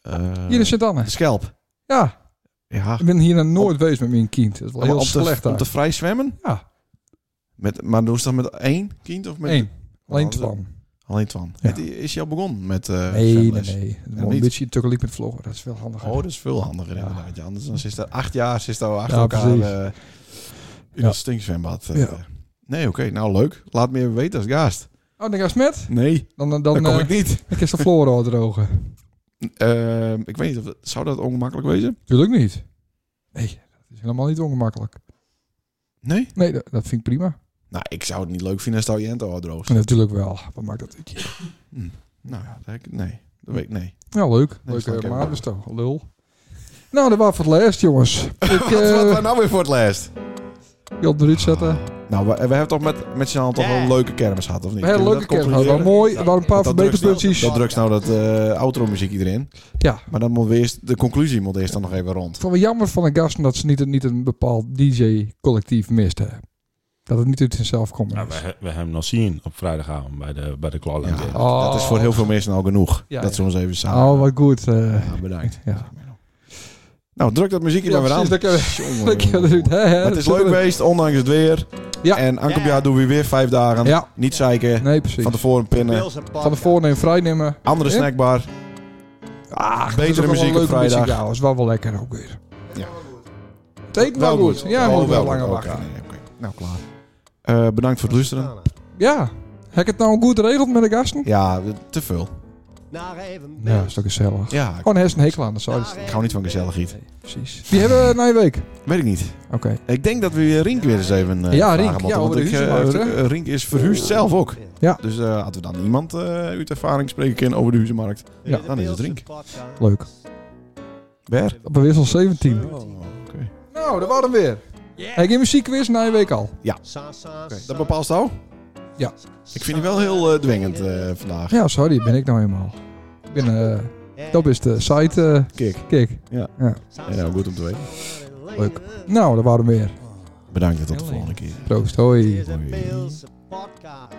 Eh,
Hier is Sint-Anne.
de Schelp.
Ja,
Ja.
ik ben hier nog nooit geweest met mijn kind. Dat is wel
Om-
heel
om,
slecht
te, om te
uit.
vrij zwemmen?
Ja.
Met, maar doen ze dan met één kind of met
Eén. Alleen
Hadden ze-
Twan.
alleen Twan?
Ja.
Het i- is je al begonnen met eh
Nee, nee,
zwemles?
nee. Het
Ja,
moet
niet.
een beetje tukkeliek met vloggen. Dat is wel handig.
Oh, dat is veel handiger
Ja.
inderdaad. Ja, anders dan zit er acht jaar zit er achter
Ja,
elkaar
precies.
eh, in
Ja.
het stinkzwembad. eh.
Ja.
Nee, oké. Nou, leuk. Laat me even weten als gast.
Oh, denk als met?
Nee,
Dan, dan,
dan,
dan,
kom
eh,
ik niet.
ik is de flora drogen.
Eh, ik weet niet, of, het- zou dat ongemakkelijk wezen?
Tuurlijk niet. Nee, dat is helemaal niet ongemakkelijk.
Nee?
Nee, dat, dat vind ik prima.
Nou, ik zou het niet leuk vinden als het Oriënte al droog
En
staat.
natuurlijk wel. Wat maakt dat uit?
Nou ja, dat heb ik- nee. Dat weet ik, nee.
Ja, leuk.
Nee,
Leuke
snap ik
uh,
ook.
Lul. Nou, dat was voor het laatst, jongens. Ik
Wat
eh
was nou weer voor het laatst?
je op de rit zetten.
Nou, we, we hebben toch met, met z'n allen toch wel een leuke kermis gehad, of niet?
We hebben een
Kunnen
leuke
we
kermis.
dat
gehad. Wel mooi.
concluderen?
Er waren een paar
Dat drukt nou-
verbeterpuntjes.
Dat drukt nou dat eh outro-muziek iedereen.
Ja.
Maar dan moet we eerst, de conclusie moet eerst dan nog even rond.
Ik vond het jammer van de gasten dat ze niet, niet een bepaald DJ-collectief misten. Dat het niet uit zichzelf komt.
Ja, we, he- we hebben hem nog zien op vrijdagavond bij de, bij de Clawland.
Ja,
Game.
Oh.
Dat is voor heel veel mensen al genoeg.
Ja,
dat
ja.
ze ons even samen.
Oh, wat goed. eh.
Ja, bedankt.
ja.
Nou, druk dat muziekje dan weer aan.
precies, dat kunnen we-
Jongen,
dat kunnen we
jongen.
doen. Hè, hè,
Maar het
dat
is
zit
leuk
erin.
geweest, ondanks het weer.
Ja.
En aankomend jaar doen we weer vijf dagen.
Ja.
Niet zeiken.
Nee, precies.
Van tevoren pinnen.
Van de voornemen vrijnemen.
Andere
Ja.
snackbar.
Ah,
Betere muziek op vrijdag.
Ja, dat is wel wel lekker ook weer.
Ja.
Teken wel goed. Ja, moet
Wel
ik wel
wel
langer
goed.
wachten.
Oké, nee, oké. Nou, klaar. Eh, bedankt voor het luisteren.
Ja. Heb ik het nou goed geregeld met de gasten?
Ja, te veel.
Naar even.
Ja, dat is toch gezellig.
Ja, ik
Oh, nee, is een hekel aan de site.
ik hou niet van gezelligheid.
Precies. Die hebben we na je week.
Weet ik niet.
Oké.
Ik denk dat we weer Rink weer eens even eh,
Ja,
vragen
Rink.
moeten,
Ja,
want
we
ik,
hebben de huizenmarkt,
eh, eh, Rink is verhuurd zelf ook.
Ja.
Dus eh hadden we dan iemand eh, uit ervaring spreken kunnen over de huizenmarkt.
Ja.
Dan is het Rink.
Leuk.
Waar?
Op een wissel 17.
Oké.
Nou, daar waren we weer. Heb je muziekquiz na je week al?
Dat bepaalt jou?
Ja.
Ik vind die wel heel eh, dwingend eh, vandaag.
Ja, sorry, ben ik nou helemaal. Ik ben, eh, dat is de site
Kijk,
eh kick.
ja, nou, goed om te weten.
Leuk. Nou, daar waren we Nou, weer.
Bedankt en tot de volgende keer.
Proost, hoi.
Hoi.
podcast.